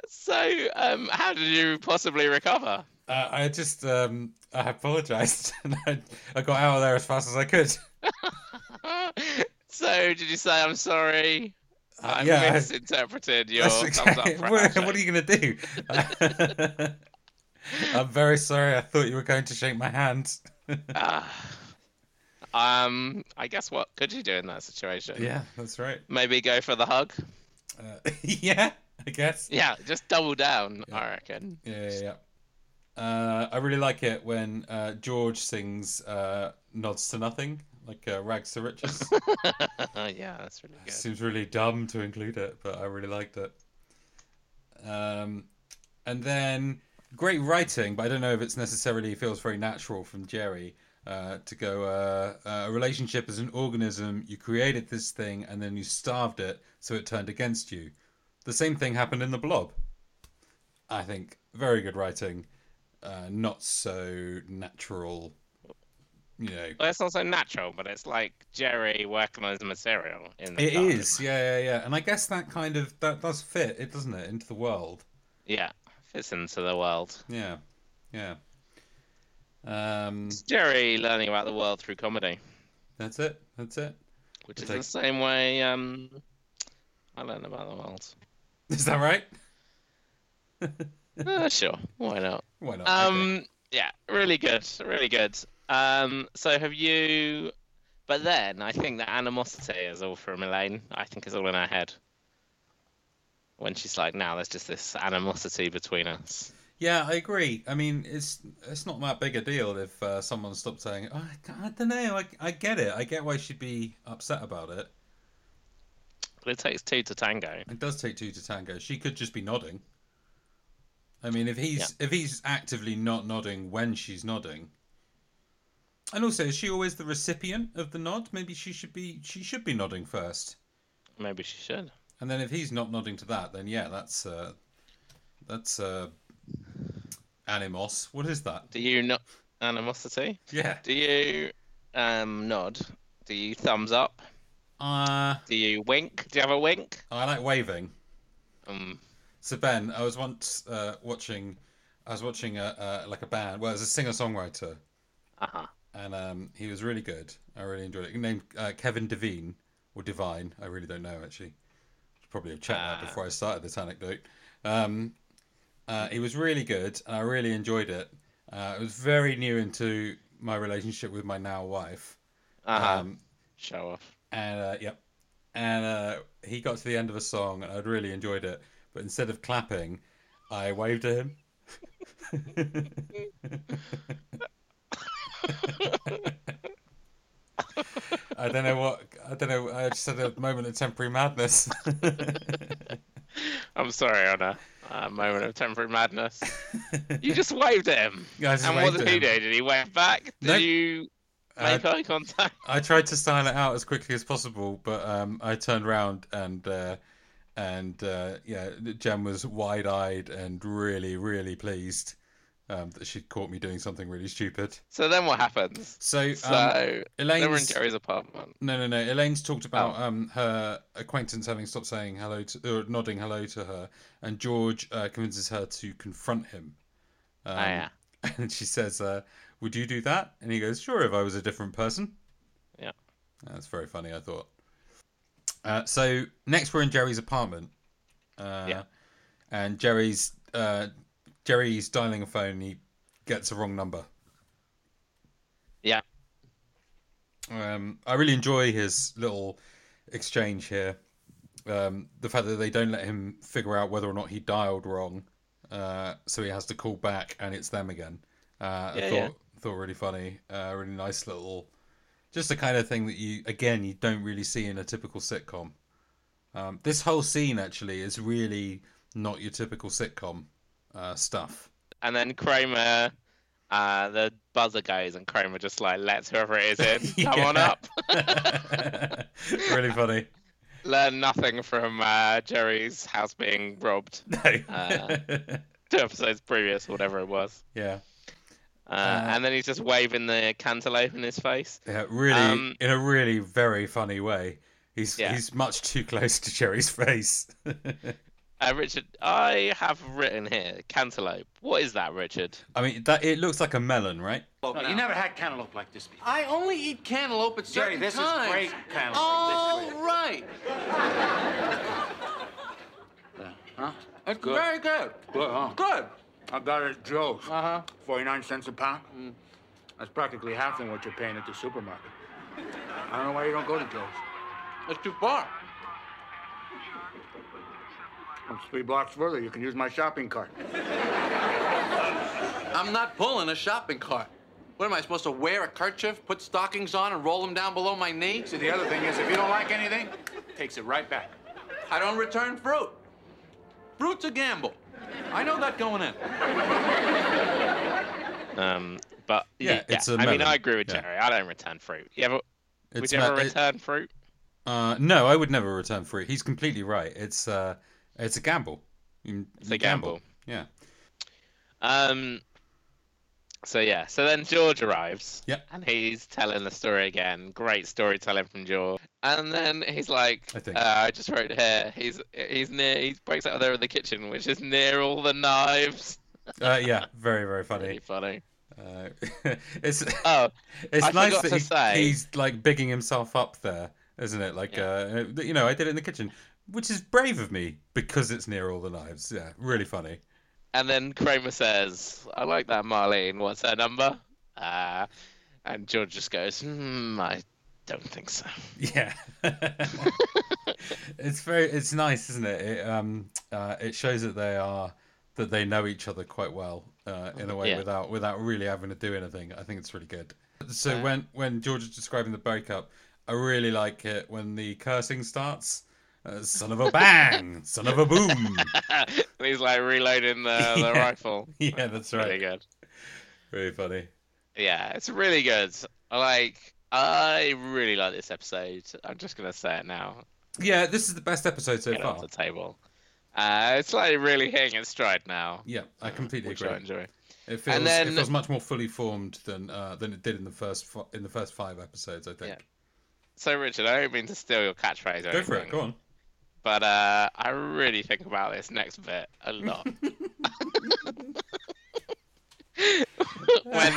Speaker 2: So, um, how did you possibly recover?
Speaker 1: uh, I just, um, I apologized and I, I got out of there as fast as I could.
Speaker 2: so, did you say I'm sorry? I
Speaker 1: Uh, yeah, I-
Speaker 2: misinterpreted your
Speaker 1: That's
Speaker 2: thumbs up.
Speaker 1: exactly-
Speaker 2: For a
Speaker 1: what, what are
Speaker 2: handshake.
Speaker 1: you going to do? I'm very sorry. I thought you were going to shake my hand.
Speaker 2: Ah, Um, I guess what could you do in that situation?
Speaker 1: Yeah, that's right.
Speaker 2: Maybe go for the hug.
Speaker 1: Uh, yeah, I guess.
Speaker 2: Yeah, just double down. I reckon.
Speaker 1: Yeah, yeah, yeah. Uh, I really like it when uh, George sings uh, "Nods to Nothing," like uh, "Rags to Riches."
Speaker 2: yeah, that's really good.
Speaker 1: Seems really dumb to include it, but I really liked it. Um, and then great writing, but I don't know if it's necessarily feels very natural from Jerry uh, to go. Uh, uh, a relationship is an organism. You created this thing, and then you starved it, so it turned against you. The same thing happened in the Blob. I think very good writing, uh, not so natural. You know,
Speaker 2: Well, it's not so natural, but it's like Jerry working on his material in the
Speaker 1: It
Speaker 2: garden.
Speaker 1: is, yeah, yeah, yeah. And I guess that kind of that does fit, it doesn't it, into the world.
Speaker 2: Yeah, fits into the world.
Speaker 1: Yeah, yeah. Um,
Speaker 2: It's Jerry learning about the world through comedy,
Speaker 1: that's it. That's it.
Speaker 2: which
Speaker 1: It's
Speaker 2: is
Speaker 1: like-
Speaker 2: the same way um, I learned about the world.
Speaker 1: Is that right?
Speaker 2: Uh, sure, why not?
Speaker 1: Why not?
Speaker 2: Um, yeah, really good, really good. Um, so have you? But then I think the animosity is all from Elaine. I think it's all in her head. When she's like, now there's just this animosity between us.
Speaker 1: Yeah, I agree. I mean, it's it's not that big a deal if uh, someone stopped saying, oh, "I don't know." I, I get it. I get why she'd be upset about it.
Speaker 2: But it takes two to tango.
Speaker 1: It does take two to tango. She could just be nodding. I mean, if he's if he's actively not nodding when she's nodding, and also is she always the recipient of the nod? Maybe she should be she should be nodding first,
Speaker 2: Maybe she should.
Speaker 1: and then if he's not nodding to that, then yeah, that's uh, that's uh, animos. What is that?
Speaker 2: Do you not animosity?
Speaker 1: Yeah.
Speaker 2: Do you um nod? Do you thumbs up?
Speaker 1: Uh,
Speaker 2: Do you wink? Do you have a wink?
Speaker 1: I like waving.
Speaker 2: Um,
Speaker 1: So Ben, I was once uh, watching, I was watching a, uh, like a band. Well, it was a singer songwriter,
Speaker 2: uh-huh.
Speaker 1: and um, he was really good. I really enjoyed it. Named uh, Kevin Devine or Divine. I really don't know actually. Should probably have checked that before I started this anecdote. Um, uh, it was really good, and I really enjoyed it. Uh, it was very new into my relationship with my now wife.
Speaker 2: Uh-huh.
Speaker 1: Um,
Speaker 2: Show off.
Speaker 1: and uh, yep, and uh, he got to the end of a song, and I'd really enjoyed it. But instead of clapping, I waved at him. I don't know what I don't know. I just had a moment of temporary madness.
Speaker 2: I'm sorry, Anna. A moment of temporary madness. you just waved at him.
Speaker 1: Yeah, I just
Speaker 2: and what
Speaker 1: waved
Speaker 2: did
Speaker 1: at
Speaker 2: he
Speaker 1: him.
Speaker 2: do? Did he wave back? Did
Speaker 1: Nope.
Speaker 2: you
Speaker 1: Uh,
Speaker 2: make eye contact?
Speaker 1: I tried to style it out as quickly as possible, but um, I turned round and uh, and uh, yeah, Jem was wide eyed and really, really pleased um, that she'd caught me doing something really stupid.
Speaker 2: So then what happens?
Speaker 1: So, um,
Speaker 2: So they were in Oh.
Speaker 1: Elaine's
Speaker 2: Jerry's apartment.
Speaker 1: no, no, no. Elaine's talked about um, her acquaintance having stopped saying hello to or nodding hello to her, and George uh, convinces her to confront him. Um,
Speaker 2: oh, yeah.
Speaker 1: And she says, uh, "Would you do that?" And he goes, "Sure, if I was a different person."
Speaker 2: Yeah.
Speaker 1: That's very funny, I thought. Uh, so next we're in Jerry's apartment. Uh,
Speaker 2: Yeah.
Speaker 1: And Jerry's uh, Jerry's dialing a phone. He gets a wrong number.
Speaker 2: Yeah.
Speaker 1: Um, I really enjoy his little exchange here. Um, the fact that they don't let him figure out whether or not he dialed wrong, uh, so he has to call back and it's them again. Uh, I
Speaker 2: Yeah,
Speaker 1: thought,
Speaker 2: yeah.
Speaker 1: thought really funny, uh, really nice little, just the kind of thing that you again you don't really see in a typical sitcom. Um, this whole scene actually is really not your typical sitcom uh, stuff.
Speaker 2: And then Kramer, uh, the buzzer goes, and Kramer just like lets whoever it is in come on
Speaker 1: Yeah.
Speaker 2: up.
Speaker 1: really funny.
Speaker 2: Learn nothing from uh, Jerry's house being robbed
Speaker 1: No.
Speaker 2: Uh, two episodes previous, whatever it was.
Speaker 1: yeah.
Speaker 2: Uh, and then he's just waving the cantaloupe in his face.
Speaker 1: Yeah, really,
Speaker 2: Um,
Speaker 1: in a really very funny way. He's
Speaker 2: Yeah.
Speaker 1: he's much too close to Jerry's face.
Speaker 2: Uh, Richard, I have written here cantaloupe. What is that, Richard?
Speaker 1: I mean, that it looks like a melon, right?
Speaker 6: You never had cantaloupe like this before.
Speaker 3: I only eat cantaloupe at certain
Speaker 6: Jerry, this is
Speaker 3: times.
Speaker 6: great cantaloupe.
Speaker 3: All
Speaker 6: This is-
Speaker 3: right.
Speaker 6: Huh?
Speaker 3: It's
Speaker 6: Good.
Speaker 3: very good.
Speaker 6: Good, huh?
Speaker 3: Good.
Speaker 6: I got it at Joe's.
Speaker 3: Uh-huh.
Speaker 6: Mm. 49 cents a pound. That's practically half than what you're paying at the supermarket. I don't know why you don't go to Joe's.
Speaker 4: It's too far.
Speaker 6: It's three blocks further. You can use my shopping cart.
Speaker 4: I'm not pulling a shopping cart. What am I supposed to wear a kerchief, put stockings on, and roll them down below my knee?
Speaker 6: See, the other thing is, if you don't like anything, takes it right back.
Speaker 4: I don't return fruit. Fruit's a gamble. I know that going in.
Speaker 2: Um, but
Speaker 1: Yeah,
Speaker 2: yeah,
Speaker 1: it's a
Speaker 2: I mean,
Speaker 1: melon.
Speaker 2: I agree with
Speaker 1: Yeah.
Speaker 2: Jerry. I don't return fruit. You ever?
Speaker 1: It's
Speaker 2: would you ever
Speaker 1: ma- it-
Speaker 2: return fruit?
Speaker 1: Uh, no, I would never return fruit. He's completely right. It's uh, it's a gamble. You-
Speaker 2: It's
Speaker 1: you
Speaker 2: a gamble.
Speaker 1: Yeah.
Speaker 2: Um. So yeah. So then George arrives.
Speaker 1: Yep.
Speaker 2: And he's telling the story again. Great storytelling from George. And then he's like,
Speaker 1: I
Speaker 2: I,
Speaker 1: think-
Speaker 2: uh, I just wrote here. He's he's near. He breaks out there in the kitchen, which is near all the knives.
Speaker 1: Uh, yeah. Very very
Speaker 2: Pretty
Speaker 1: funny.
Speaker 2: funny.
Speaker 1: Uh, it's
Speaker 2: Oh,
Speaker 1: it's
Speaker 2: I
Speaker 1: nice
Speaker 2: forgot
Speaker 1: that
Speaker 2: to
Speaker 1: he,
Speaker 2: say-
Speaker 1: he's like bigging himself up there, isn't it? Like uh, you know, I did it in the kitchen, which is brave of me because it's near all the knives. Yeah, really funny.
Speaker 2: and then Kramer says, "I like that Marlene. What's her number?" Uh, and George just goes, "Hmm, I don't think so."
Speaker 1: Yeah. it's very it's nice, isn't it? It um uh, it shows that they are that they know each other quite well uh, in a way
Speaker 2: Yeah.
Speaker 1: without without really having to do anything. I think it's really good. So when when George is describing the breakup, I really like it when the cursing starts. Uh, son of a bang, son of a boom.
Speaker 2: and he's like reloading the, the
Speaker 1: Yeah.
Speaker 2: rifle.
Speaker 1: Yeah, that's
Speaker 2: Really
Speaker 1: right.
Speaker 2: good.
Speaker 1: Really funny.
Speaker 2: Yeah, it's really good. Like, I really like this episode. I'm just gonna say it now.
Speaker 1: Yeah, this is the best episode so
Speaker 2: Get it off
Speaker 1: far.
Speaker 2: the table. Uh, it's like really hitting its stride now,
Speaker 1: Yeah, I completely
Speaker 2: which
Speaker 1: agree.
Speaker 2: I enjoy.
Speaker 1: It feels it
Speaker 2: then-
Speaker 1: feels much more fully formed than uh, than it did in the first fi- in the first five episodes. I think.
Speaker 2: Yeah. So, Richard, I don't mean to steal your catchphrase or
Speaker 1: Go for it.
Speaker 2: anything,
Speaker 1: Go on.
Speaker 2: but uh, I really think about this next bit a lot. when,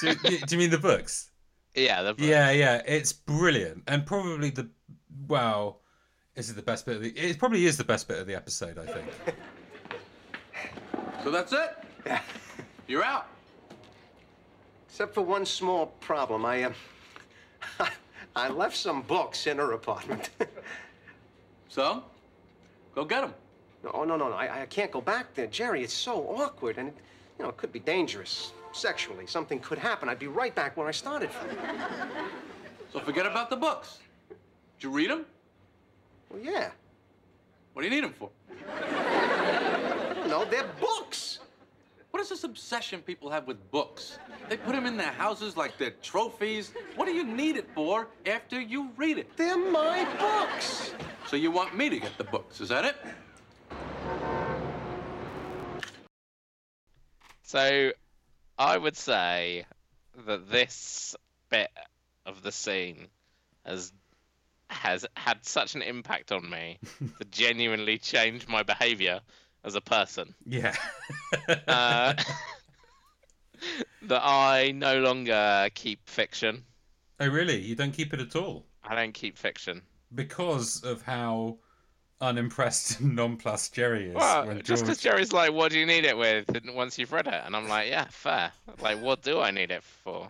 Speaker 1: do, do you mean the books?
Speaker 2: yeah, the
Speaker 1: Yeah, yeah. It's brilliant and probably the wow. Is it the best bit of the? It probably is the best bit of the episode. I think.
Speaker 4: So that's it? You're out.
Speaker 5: Except for one small problem. I, um, I left some books in her apartment.
Speaker 4: So, go get him.
Speaker 5: oh, no, no, no. I, I can't go back there. Jerry, it's so awkward and, it, you know, it could be dangerous. Sexually, something could happen. I'd be right back where I started from.
Speaker 4: So forget about the books. Did you read them?
Speaker 5: Well, yeah.
Speaker 4: What do you need them for?
Speaker 5: No, they're books.
Speaker 4: What is this obsession people have with books? They put them in their houses like they're trophies. What do you need it for after you read it?
Speaker 5: They're my books.
Speaker 4: So you want me to get the books, is that it?
Speaker 2: So, I would say that this bit of the scene has has had such an impact on me to genuinely change my behaviour as a person
Speaker 1: Yeah.
Speaker 2: uh, that I no longer keep fiction.
Speaker 1: oh really? You don't keep it at all
Speaker 2: I don't keep fiction.
Speaker 1: because of how unimpressed and nonplussed Jerry is.
Speaker 2: Well,
Speaker 1: when
Speaker 2: just because
Speaker 1: George-
Speaker 2: Jerry's like, "What do you need it with?" And once you've read it, and I'm like, "Yeah, fair." Like, what do I need it for?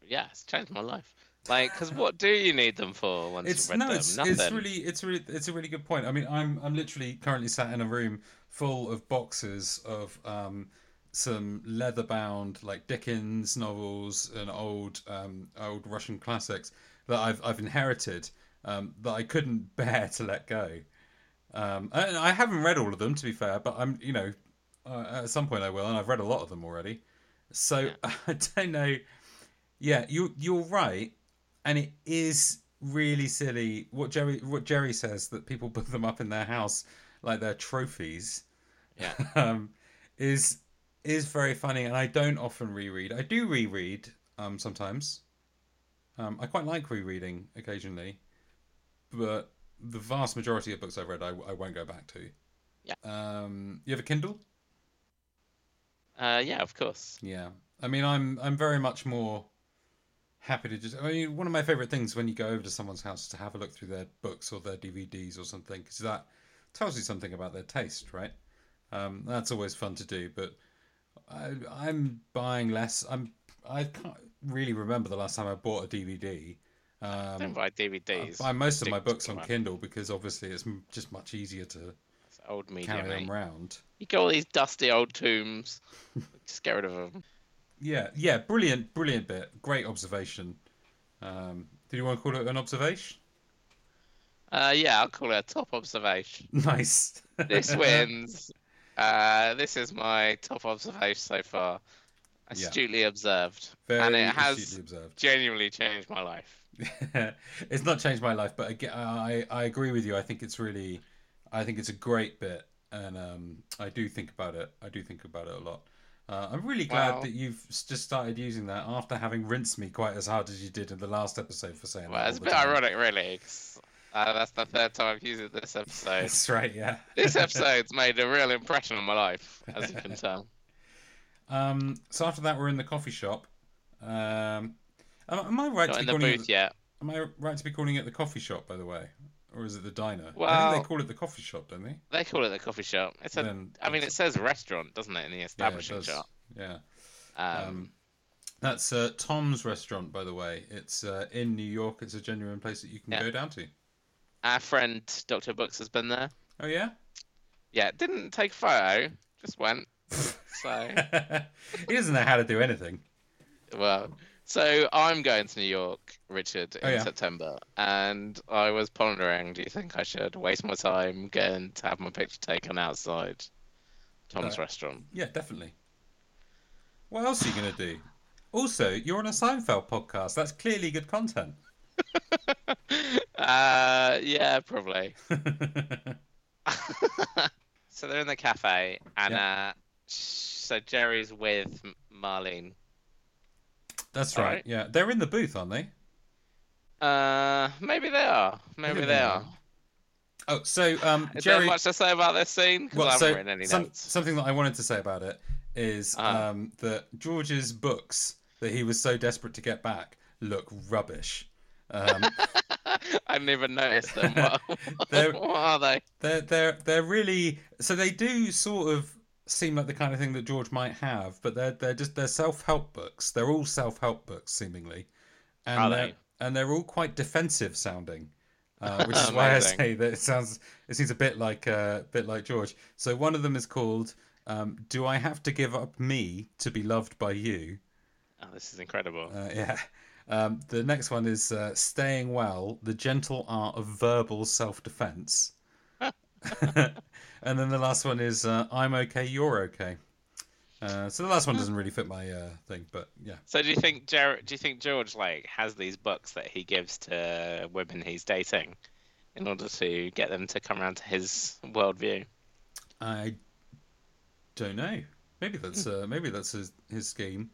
Speaker 2: Yeah, it's changed my life. Like, because what do you need them for once
Speaker 1: it's
Speaker 2: you've read
Speaker 1: no,
Speaker 2: them?
Speaker 1: it's,
Speaker 2: Nothing.
Speaker 1: it's really, it's really, it's a really good point. I mean, I'm I'm literally currently sat in a room full of boxes of um, some leather bound like Dickens novels and old um, old Russian classics that I've I've inherited um, that I couldn't bear to let go. Um, and I haven't read all of them to be fair, but I'm you know uh, at some point I will, and I've read a lot of them already. So I don't know. Yeah, you you're right, and it is really silly what Jerry what Jerry says that people put them up in their house like they're trophies.
Speaker 2: Yeah.
Speaker 1: um, is is very funny, and I don't often reread. I do reread um, sometimes. Um, I quite like rereading occasionally, but the vast majority of books I've read, I, I won't go back to.
Speaker 2: Yeah.
Speaker 1: Um, you have a Kindle?
Speaker 2: Uh, yeah, of course.
Speaker 1: Yeah, I mean, I'm I'm very much more happy to just. I mean, one of my favorite things when you go over to someone's house is to have a look through their books or their DVDs or something because that tells you something about their taste, right? Um, that's always fun to do, but I, I'm buying less. I'm I can't really remember the last time I bought a DVD
Speaker 2: I don't buy DVDs.
Speaker 1: Um, I buy most of my
Speaker 2: Stick to
Speaker 1: books on
Speaker 2: my
Speaker 1: Kindle because obviously it's m- just much easier to
Speaker 2: old media.
Speaker 1: carry
Speaker 2: mate.
Speaker 1: them round.
Speaker 2: You got all these dusty old tombs. Just get rid of them.
Speaker 1: Yeah, yeah, brilliant, brilliant bit. Great observation. Um, did you want to call it an observation?
Speaker 2: Uh, yeah, I'll call it a top observation.
Speaker 1: Nice.
Speaker 2: This wins. Uh, this is my top observation so far.
Speaker 1: Yeah.
Speaker 2: Astutely observed,
Speaker 1: Very
Speaker 2: and it has
Speaker 1: astutely observed.
Speaker 2: genuinely changed my life.
Speaker 1: it's not changed my life, but I, get- I I agree with you. I think it's really, I think it's a great bit, and um, I do think about it. I do think about it a lot. Uh, I'm really glad
Speaker 2: Wow.
Speaker 1: that you've s- just started using that after having rinsed me quite as hard as you did in the last episode for saying
Speaker 2: Well,
Speaker 1: that.
Speaker 2: it's a
Speaker 1: all the
Speaker 2: bit
Speaker 1: time.
Speaker 2: ironic, really. 'cause, uh, that's the third time I've used it this episode.
Speaker 1: That's right. Yeah.
Speaker 2: this episode's made a real impression on my life, as you can tell.
Speaker 1: Um, so after that, we're in the coffee shop. Um, am, am I right
Speaker 2: Not
Speaker 1: to
Speaker 2: in
Speaker 1: be
Speaker 2: the
Speaker 1: calling it?
Speaker 2: booth yet.
Speaker 1: Am I right to be calling it the coffee shop, by the way, or is it the diner? I think
Speaker 2: Well-
Speaker 1: they call it the coffee shop, don't they?
Speaker 2: They call it the coffee shop. It's a.
Speaker 1: Then-
Speaker 2: I mean, it says restaurant, doesn't it, in the
Speaker 1: Yeah, it
Speaker 2: establishing
Speaker 1: does.
Speaker 2: chart?
Speaker 1: Yeah.
Speaker 2: Um,
Speaker 1: Um, that's uh, Tom's restaurant, by the way. It's uh, in New York. It's a genuine place that you can
Speaker 2: Yeah.
Speaker 1: go down to.
Speaker 2: our friend Doctor Books has been there.
Speaker 1: Oh yeah.
Speaker 2: Yeah, didn't take a photo, just went. so
Speaker 1: he doesn't know how to do anything.
Speaker 2: well, so I'm going to New York, Richard, in
Speaker 1: Oh, yeah.
Speaker 2: September, and I was pondering: Do you think I should waste my time going to have my picture taken outside Tom's
Speaker 1: No.
Speaker 2: restaurant?
Speaker 1: Yeah, definitely. What else are you gonna do? Also, you're on a Seinfeld podcast. That's clearly good content.
Speaker 2: Uh, yeah, probably. so they're in the cafe, and uh, so Jerry's with M- Marlene.
Speaker 1: That's
Speaker 2: All
Speaker 1: right.
Speaker 2: right.
Speaker 1: Yeah, they're in the booth, aren't they?
Speaker 2: Uh, maybe they are. Maybe
Speaker 1: think
Speaker 2: they
Speaker 1: they
Speaker 2: are.
Speaker 1: Oh, so um,
Speaker 2: Is
Speaker 1: Jerry.
Speaker 2: there much to say about this scene? Because
Speaker 1: Well,
Speaker 2: I haven't
Speaker 1: so
Speaker 2: written any
Speaker 1: some-
Speaker 2: notes.
Speaker 1: something that I wanted to say about it is
Speaker 2: Uh-huh.
Speaker 1: um, that George's books that he was so desperate to get back look rubbish. Um,
Speaker 2: I never noticed them. What,
Speaker 1: They're-
Speaker 2: what are they?
Speaker 1: they're they're they're really so they do sort of seem like the kind of thing that George might have, but they're they're just they're self help books. They're all self help books seemingly, and
Speaker 2: Are
Speaker 1: they're,
Speaker 2: they?
Speaker 1: and they're all quite defensive sounding, uh, which is why I
Speaker 2: Amazing.
Speaker 1: say that it sounds it seems a bit like uh, a bit like George. So one of them is called um, "Do I Have to Give Up Me to Be Loved by You?"
Speaker 2: Oh, this is incredible.
Speaker 1: Uh, yeah. Um, the next one is uh, Staying Well, The Gentle Art of Verbal Self Defense. and then the last one is uh, I'm Okay, You're Okay. Uh, so the last one doesn't really fit my uh, thing, but yeah.
Speaker 2: so do you think Ger- do you think George like has these books that he gives to women he's dating in order to get them to come around to his worldview?
Speaker 1: I don't know. Maybe that's uh, maybe that's his, his scheme.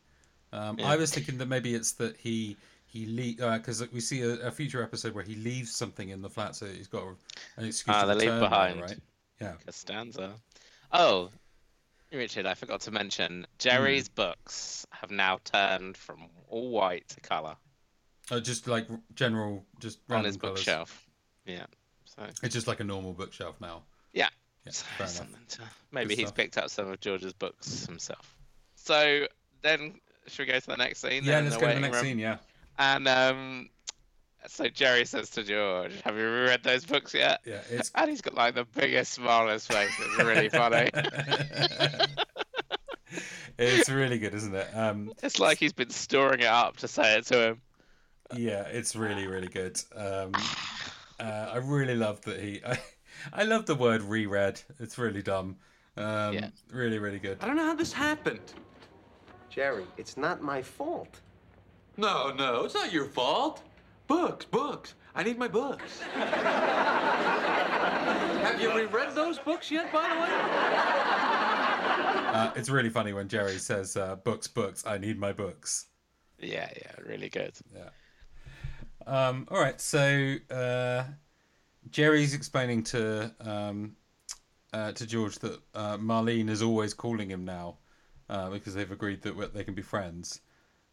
Speaker 1: Um, I was thinking that maybe it's that he he leave because we see a, a future episode where he leaves something in the flat, so he's got an excuse
Speaker 2: Ah,
Speaker 1: to
Speaker 2: the leave
Speaker 1: return there,
Speaker 2: behind.
Speaker 1: right? Yeah.
Speaker 2: Costanza. Oh, Richard, I forgot to mention Jerry's books have now turned from all white to color
Speaker 1: Uh, just like general, just
Speaker 2: on
Speaker 1: random
Speaker 2: his
Speaker 1: colours.
Speaker 2: bookshelf. Yeah. So
Speaker 1: It's just like a normal bookshelf now.
Speaker 2: Yeah.
Speaker 1: Yeah,
Speaker 2: So
Speaker 1: fair enough.
Speaker 2: something to- maybe
Speaker 1: Good
Speaker 2: he's
Speaker 1: stuff.
Speaker 2: picked up some of George's books himself. So then, should we go to the next scene?
Speaker 1: Yeah,
Speaker 2: then in
Speaker 1: let's go to the
Speaker 2: waiting
Speaker 1: next
Speaker 2: room?
Speaker 1: scene. Yeah.
Speaker 2: And um, so Jerry says to George, "Have you read those books yet?"
Speaker 1: Yeah, it's
Speaker 2: And he's got like the biggest smile on his face. It's really funny.
Speaker 1: it's really good, isn't it? Um,
Speaker 2: it's like he's been storing it up to say it to him.
Speaker 1: yeah, it's really really good. Um, uh, I really love that he. I, I love the word reread. It's really dumb. Um,
Speaker 2: Yeah. Ah.
Speaker 1: Really really good.
Speaker 4: I don't know how this happened.
Speaker 5: Jerry, it's not my fault.
Speaker 4: No, no, it's not your fault. Books, books. I need my books. Have you reread those books yet, by the way?
Speaker 1: Uh, it's really funny when Jerry says uh, books books. I need my books.
Speaker 2: Yeah, yeah, really good.
Speaker 1: Um, all right, so uh, Jerry's explaining to um, uh, to George that uh, Marlene is always calling him now uh, because they've agreed that we- they can be friends,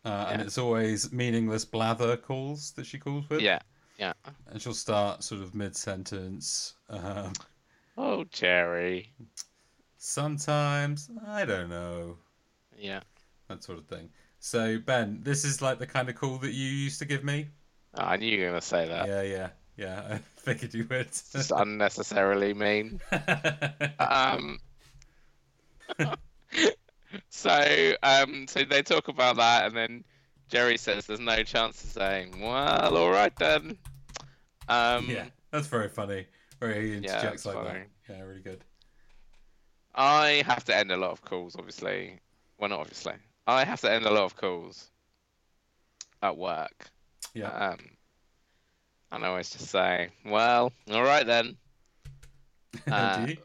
Speaker 1: uh, and it's always meaningless blather calls that she calls with.
Speaker 2: Yeah, yeah.
Speaker 1: and she'll start sort of mid sentence. Um,
Speaker 2: Oh, Jerry.
Speaker 1: sometimes I don't know
Speaker 2: Yeah.
Speaker 1: that sort of thing. So Ben, this is like the kind of call that you used to give me.
Speaker 2: Oh, I knew you were gonna say that.
Speaker 1: Yeah, yeah, yeah. I figured you would.
Speaker 2: Just unnecessarily mean. um, so um, so they talk about that, and then Jerry says there's no chance of saying, "Well, all right then." Um,
Speaker 1: yeah, that's very funny. Where he interjects
Speaker 2: that's
Speaker 1: like
Speaker 2: funny.
Speaker 1: that. Yeah, really good.
Speaker 2: I have to end a lot of calls, obviously. Well, not obviously. I have to end a lot of calls at work.
Speaker 1: Yeah,
Speaker 2: Um, and I always just say, "Well, all right then." uh,
Speaker 1: Do you?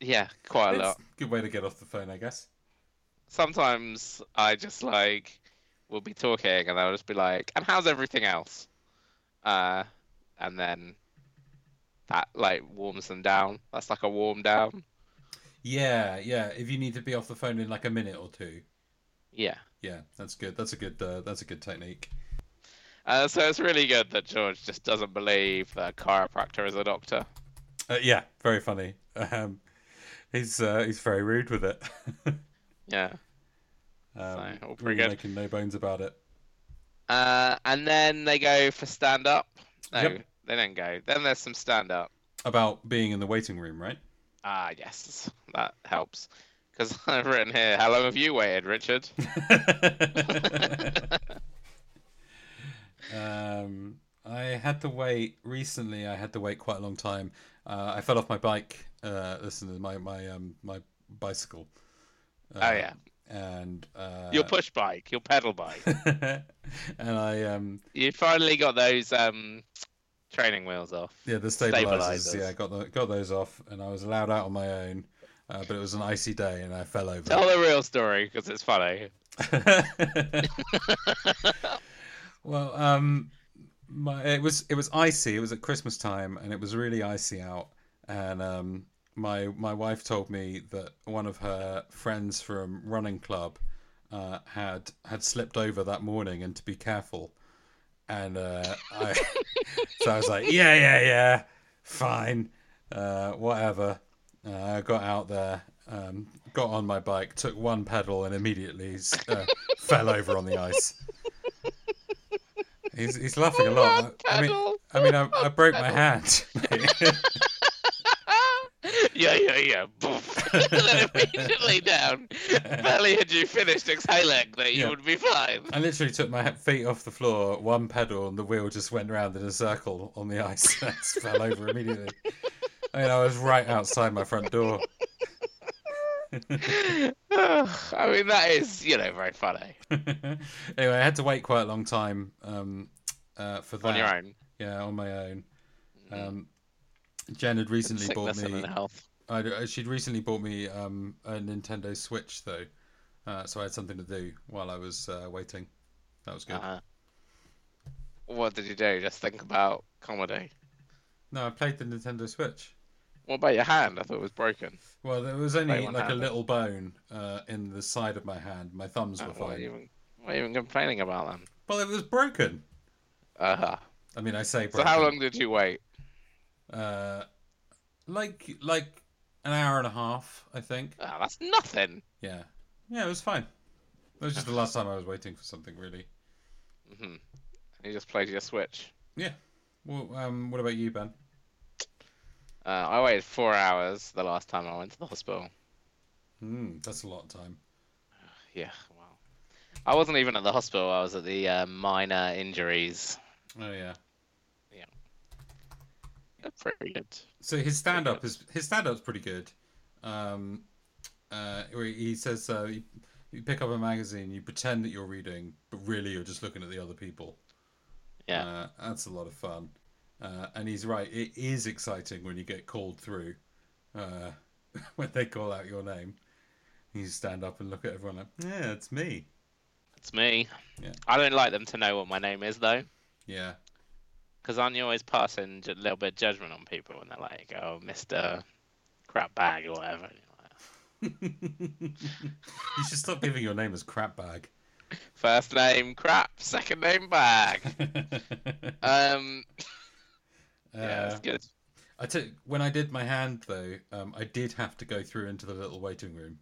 Speaker 2: Yeah, quite a
Speaker 1: It's
Speaker 2: lot.
Speaker 1: Good way to get off the phone, I guess.
Speaker 2: sometimes I just like will be talking and I'll just be like, "And how's everything else?" Uh, and then that like warms them down. That's like a warm down.
Speaker 1: Yeah, yeah. If you need to be off the phone in like a minute or two,
Speaker 2: Yeah.
Speaker 1: yeah, that's good. That's a good. Uh, that's a good technique.
Speaker 2: Uh, so it's really good that George just doesn't believe that a chiropractor is a doctor.
Speaker 1: Uh, yeah, very funny. Um, he's uh, he's very rude with it.
Speaker 2: Yeah.
Speaker 1: um,
Speaker 2: So, all
Speaker 1: really
Speaker 2: pretty good.
Speaker 1: making no bones about it.
Speaker 2: Uh, and then they go for stand up. No,
Speaker 1: Yep.
Speaker 2: they don't go. Then there's some stand up.
Speaker 1: About being in the waiting room, right?
Speaker 2: Ah, yes, that helps. Because I've written here, how long have you waited, Richard?
Speaker 1: Um, I had to wait recently. I had to wait quite a long time. Uh, I fell off my bike. Uh, listen to my my um my bicycle. Uh,
Speaker 2: oh yeah,
Speaker 1: And uh,
Speaker 2: your push bike, your pedal bike.
Speaker 1: and I um
Speaker 2: you finally got those um, training wheels off.
Speaker 1: yeah the stabilizers,
Speaker 2: Stabilizers.
Speaker 1: yeah got the, got those off and I was allowed out on my own, uh, but it was an icy day and I fell over.
Speaker 2: Tell the real story because it's funny.
Speaker 1: well, um, my it was it was icy. It was at Christmas time, and it was really icy out. And um, my my wife told me that one of her friends from running club uh, had had slipped over that morning, and to be careful. And uh, I, so I was like, yeah, yeah, yeah, fine, uh, whatever. Uh, I got out there, um, got on my bike, took one pedal, and immediately s- uh, fell over on the ice. He's, he's laughing a lot. I mean, I mean, I, I broke my hand.
Speaker 2: yeah, yeah, yeah. Boof. and then immediately down. Barely had you finished exhaling that you
Speaker 1: Yeah.
Speaker 2: would be fine.
Speaker 1: I literally took my feet off the floor, one pedal, and the wheel just went round in a circle on the ice. I just fell over immediately. I mean, I was right outside my front door.
Speaker 2: I mean, that is, you know, very funny.
Speaker 1: anyway, I had to wait quite a long time um, uh, for that.
Speaker 2: On your own. Mm-hmm.
Speaker 1: Yeah, on my own. Um, Jen had recently bought
Speaker 2: Sickness and
Speaker 1: me.
Speaker 2: unhealth.
Speaker 1: I, I- she'd recently bought me um, a Nintendo Switch though, uh, so I had something to do while I was uh, waiting. That was good.
Speaker 2: Uh-huh. What did you do? Just think about comedy.
Speaker 1: No, I played the Nintendo Switch.
Speaker 2: What about your hand? I thought it was broken.
Speaker 1: Well, there was only
Speaker 2: Play one
Speaker 1: like a
Speaker 2: hand.
Speaker 1: little bone uh, in the side of my hand. My thumbs were
Speaker 2: Oh, What are
Speaker 1: fine.
Speaker 2: you even, what are you even complaining about then?
Speaker 1: Well, it was broken.
Speaker 2: Uh huh.
Speaker 1: I mean, I say
Speaker 2: So
Speaker 1: broken.
Speaker 2: how long did you wait?
Speaker 1: Uh, like like an hour and a half, I think.
Speaker 2: Oh, that's nothing.
Speaker 1: Yeah, yeah, it was fine. That was just the last time I was waiting for something, really.
Speaker 2: You just played your Switch.
Speaker 1: Yeah. Well, um, what about you, Ben?
Speaker 2: Uh, I waited four hours the last time I went to the hospital.
Speaker 1: Hmm, that's a lot of time.
Speaker 2: Yeah, wow. I wasn't even at the hospital. I was at the uh, minor injuries.
Speaker 1: Oh yeah.
Speaker 2: They're pretty good.
Speaker 1: So his stand up is his stand up's pretty good. Um, uh, where he says uh, you, you pick up a magazine, you pretend that you're reading, but really you're just looking at the other people.
Speaker 2: Yeah.
Speaker 1: Uh, that's a lot of fun. Uh, and he's right. It is exciting when you get called through, uh, when they call out your name. You stand up and look at everyone like, yeah, it's me.
Speaker 2: It's me.
Speaker 1: Yeah.
Speaker 2: I don't like them to know what my name is though,
Speaker 1: Yeah.
Speaker 2: because aren't you always passing a little bit of judgment on people when they're like, "Oh, Mister Crap Bag" or whatever. And you're like,
Speaker 1: You should stop giving your name as crap bag.
Speaker 2: First name crap, second name bag. um, yeah,
Speaker 1: Uh,
Speaker 2: that's good.
Speaker 1: I took when I did my hand though. Um, I did have to go through into the little waiting room.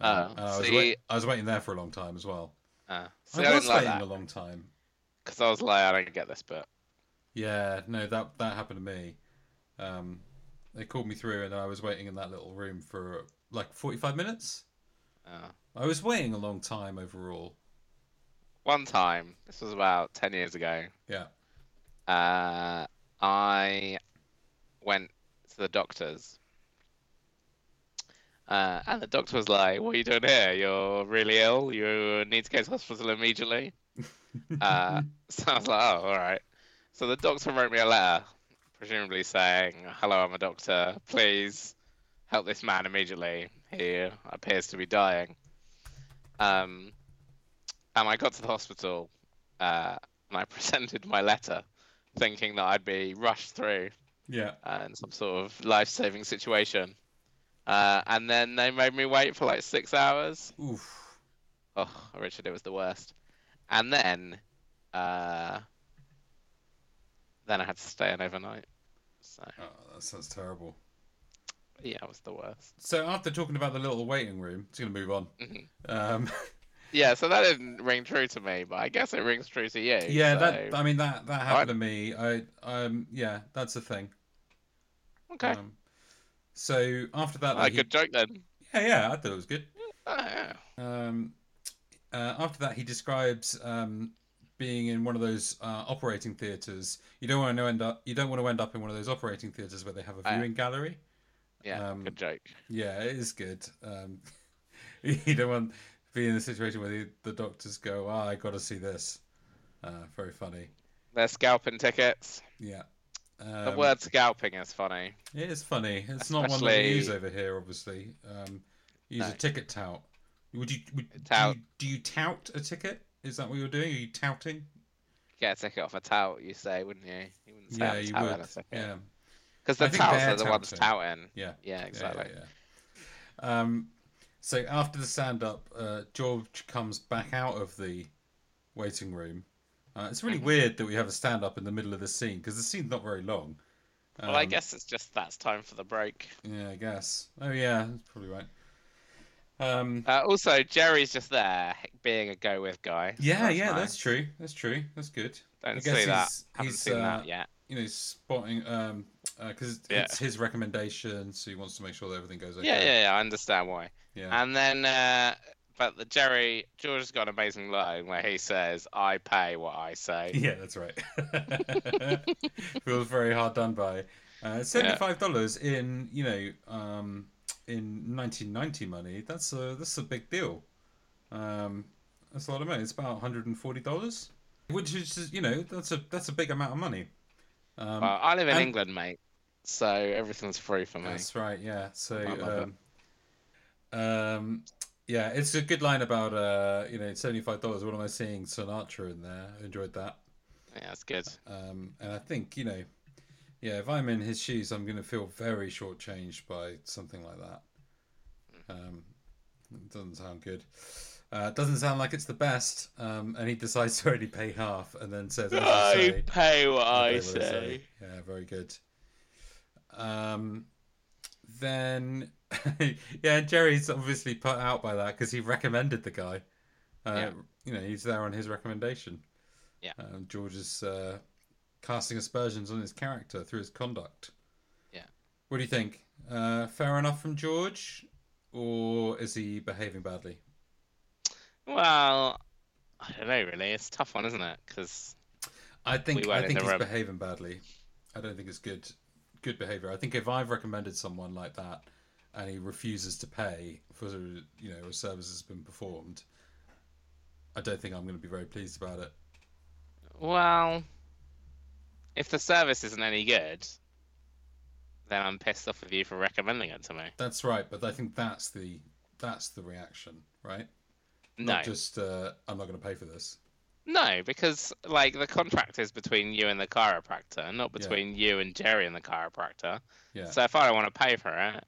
Speaker 1: Um,
Speaker 2: Oh,
Speaker 1: and uh, I was
Speaker 2: Uh, see-
Speaker 1: wait- I was waiting there for a long time as well.
Speaker 2: Uh, see,
Speaker 1: I
Speaker 2: I,
Speaker 1: was
Speaker 2: didn't like
Speaker 1: waiting
Speaker 2: that
Speaker 1: a long time.
Speaker 2: because I was like, I don't get this bit.
Speaker 1: Yeah, no, that that happened to me. Um, they called me through, and I was waiting in that little room for like forty-five minutes.
Speaker 2: Oh.
Speaker 1: I was waiting a long time overall.
Speaker 2: One time, this was about ten years ago.
Speaker 1: Yeah,
Speaker 2: Uh, I went to the doctor's. Uh, and the doctor was like, What are you doing here? You're really ill. You need to go to hospital immediately. uh, so I was like, Oh, all right. So the doctor wrote me a letter, presumably saying, Hello, I'm a doctor. Please help this man immediately. He appears to be dying. Um, and I got to the hospital. Uh, and I presented my letter, thinking that I'd be rushed through
Speaker 1: yeah.
Speaker 2: uh, in some sort of life-saving situation. Uh, and then they made me wait for like six hours.
Speaker 1: Oof.
Speaker 2: Oh, Richard, it was the worst. And then, uh, then I had to stay in overnight. So
Speaker 1: Oh, that sounds terrible.
Speaker 2: yeah, it was the worst.
Speaker 1: So after talking about the little waiting room, it's gonna move on.
Speaker 2: Mhm.
Speaker 1: Um,
Speaker 2: Yeah, so that didn't ring true to me, but I guess it rings true to you.
Speaker 1: yeah,
Speaker 2: so-
Speaker 1: that I mean that that happened to me. I um yeah, that's a thing.
Speaker 2: okay.
Speaker 1: Um, so after that,
Speaker 2: Ah,
Speaker 1: like, he-
Speaker 2: good joke then.
Speaker 1: yeah, yeah, I thought it was good.
Speaker 2: Ah, yeah.
Speaker 1: Um, uh, after that, he describes um, being in one of those uh, operating theaters. You don't want to end up. You don't want to end up in one of those operating theaters where they have a
Speaker 2: Ah.
Speaker 1: viewing gallery.
Speaker 2: Yeah,
Speaker 1: Um,
Speaker 2: good joke.
Speaker 1: Yeah, it is good. Um, you don't want to be in a situation where the, the doctors go, "Ah, I got to see this." Uh, very funny.
Speaker 2: They're scalping tickets.
Speaker 1: Yeah.
Speaker 2: The
Speaker 1: Um,
Speaker 2: word scalping is funny.
Speaker 1: It is funny. It's not one that we
Speaker 2: Especially-
Speaker 1: use over here, obviously. Um, you use
Speaker 2: No.
Speaker 1: a ticket tout. Would you would,
Speaker 2: Tout.
Speaker 1: Do, you, do you tout a ticket? Is that what you're doing? Are you touting?
Speaker 2: Get a ticket off a tout, you say, wouldn't you? You wouldn't say
Speaker 1: yeah,
Speaker 2: I'm
Speaker 1: you
Speaker 2: touting
Speaker 1: would.
Speaker 2: a ticket.
Speaker 1: Yeah,
Speaker 2: Because
Speaker 1: I
Speaker 2: the
Speaker 1: think
Speaker 2: touts
Speaker 1: they're
Speaker 2: are the ones touting.
Speaker 1: yeah,
Speaker 2: Yeah,
Speaker 1: yeah, yeah,
Speaker 2: exactly.
Speaker 1: yeah. Um, so after the stand up, uh, George comes back out of the waiting room. Uh, it's
Speaker 2: Mm-hmm.
Speaker 1: really weird that we have a stand up in the middle of the scene because the scene's not very long.
Speaker 2: Well, I
Speaker 1: Um,
Speaker 2: guess it's just that's time for the break.
Speaker 1: Yeah, I guess. Oh yeah, that's probably right. Um,
Speaker 2: Uh, also, Jerry's just there, being a go with guy. so
Speaker 1: yeah, yeah,
Speaker 2: nice.
Speaker 1: that's true. That's true. That's good. I
Speaker 2: Don't
Speaker 1: guess
Speaker 2: see that.
Speaker 1: he's-
Speaker 2: Haven't
Speaker 1: he's,
Speaker 2: seen
Speaker 1: uh,
Speaker 2: that yet.
Speaker 1: you know, spotting um because
Speaker 2: Yeah.
Speaker 1: it's his recommendation, so he wants to make sure that everything goes okay.
Speaker 2: Yeah, yeah, yeah. I understand why.
Speaker 1: yeah.
Speaker 2: And then, uh, but the Jerry George has got an amazing line where he says, "I pay what I say."
Speaker 1: Yeah, that's right. Feels very hard done by. Uh, Seventy-five dollars in you know um, in nineteen ninety money. That's a that's a big deal. Um, that's a lot of money. It's about one hundred and forty dollars, which is just, you know that's a that's a big amount of money. Um,
Speaker 2: Well, I live in
Speaker 1: and-
Speaker 2: England, mate, so everything's free for me.
Speaker 1: That's right. Yeah. So,
Speaker 2: I love
Speaker 1: um, um, yeah, it's a good line about uh, you know, seventy-five dollars. What am I seeing? Sinatra in there. I enjoyed that.
Speaker 2: Yeah, that's good.
Speaker 1: Um, and I think you know, yeah, if I'm in his shoes, I'm going to feel very shortchanged by something like that. Um, it doesn't sound good. Uh, it doesn't sound like it's the best. Um, and he decides to only pay half, and then says, "As you say."
Speaker 2: I pay what
Speaker 1: Okay,
Speaker 2: I
Speaker 1: what did
Speaker 2: say.
Speaker 1: Yeah, very good. Um, then, yeah, Jerry's obviously put out by that because he recommended the guy. Uh,
Speaker 2: Yeah.
Speaker 1: You know, he's there on his recommendation.
Speaker 2: Yeah.
Speaker 1: Um, George is uh, casting aspersions on his character through his conduct.
Speaker 2: Yeah.
Speaker 1: What do you think? Uh, fair enough from George, or is he behaving badly?
Speaker 2: Well, I don't know really. It's a tough one, isn't it? Because
Speaker 1: I think
Speaker 2: weren't
Speaker 1: I
Speaker 2: in
Speaker 1: think
Speaker 2: the
Speaker 1: he's
Speaker 2: room.
Speaker 1: behaving badly. I don't think it's good good behavior. I think if I've recommended someone like that and he refuses to pay for you know a service that's been performed, I don't think I'm going to be very pleased about it.
Speaker 2: well, if the service isn't any good, then I'm pissed off with you for recommending it to me.
Speaker 1: That's right, but I think that's the that's the reaction, right?
Speaker 2: No,
Speaker 1: Not just uh, I'm not going to pay for this.
Speaker 2: no, because like the contract is between you and the chiropractor, not
Speaker 1: Yeah.
Speaker 2: between you and Jerry and the chiropractor.
Speaker 1: Yeah,
Speaker 2: So if I don't want to pay for it,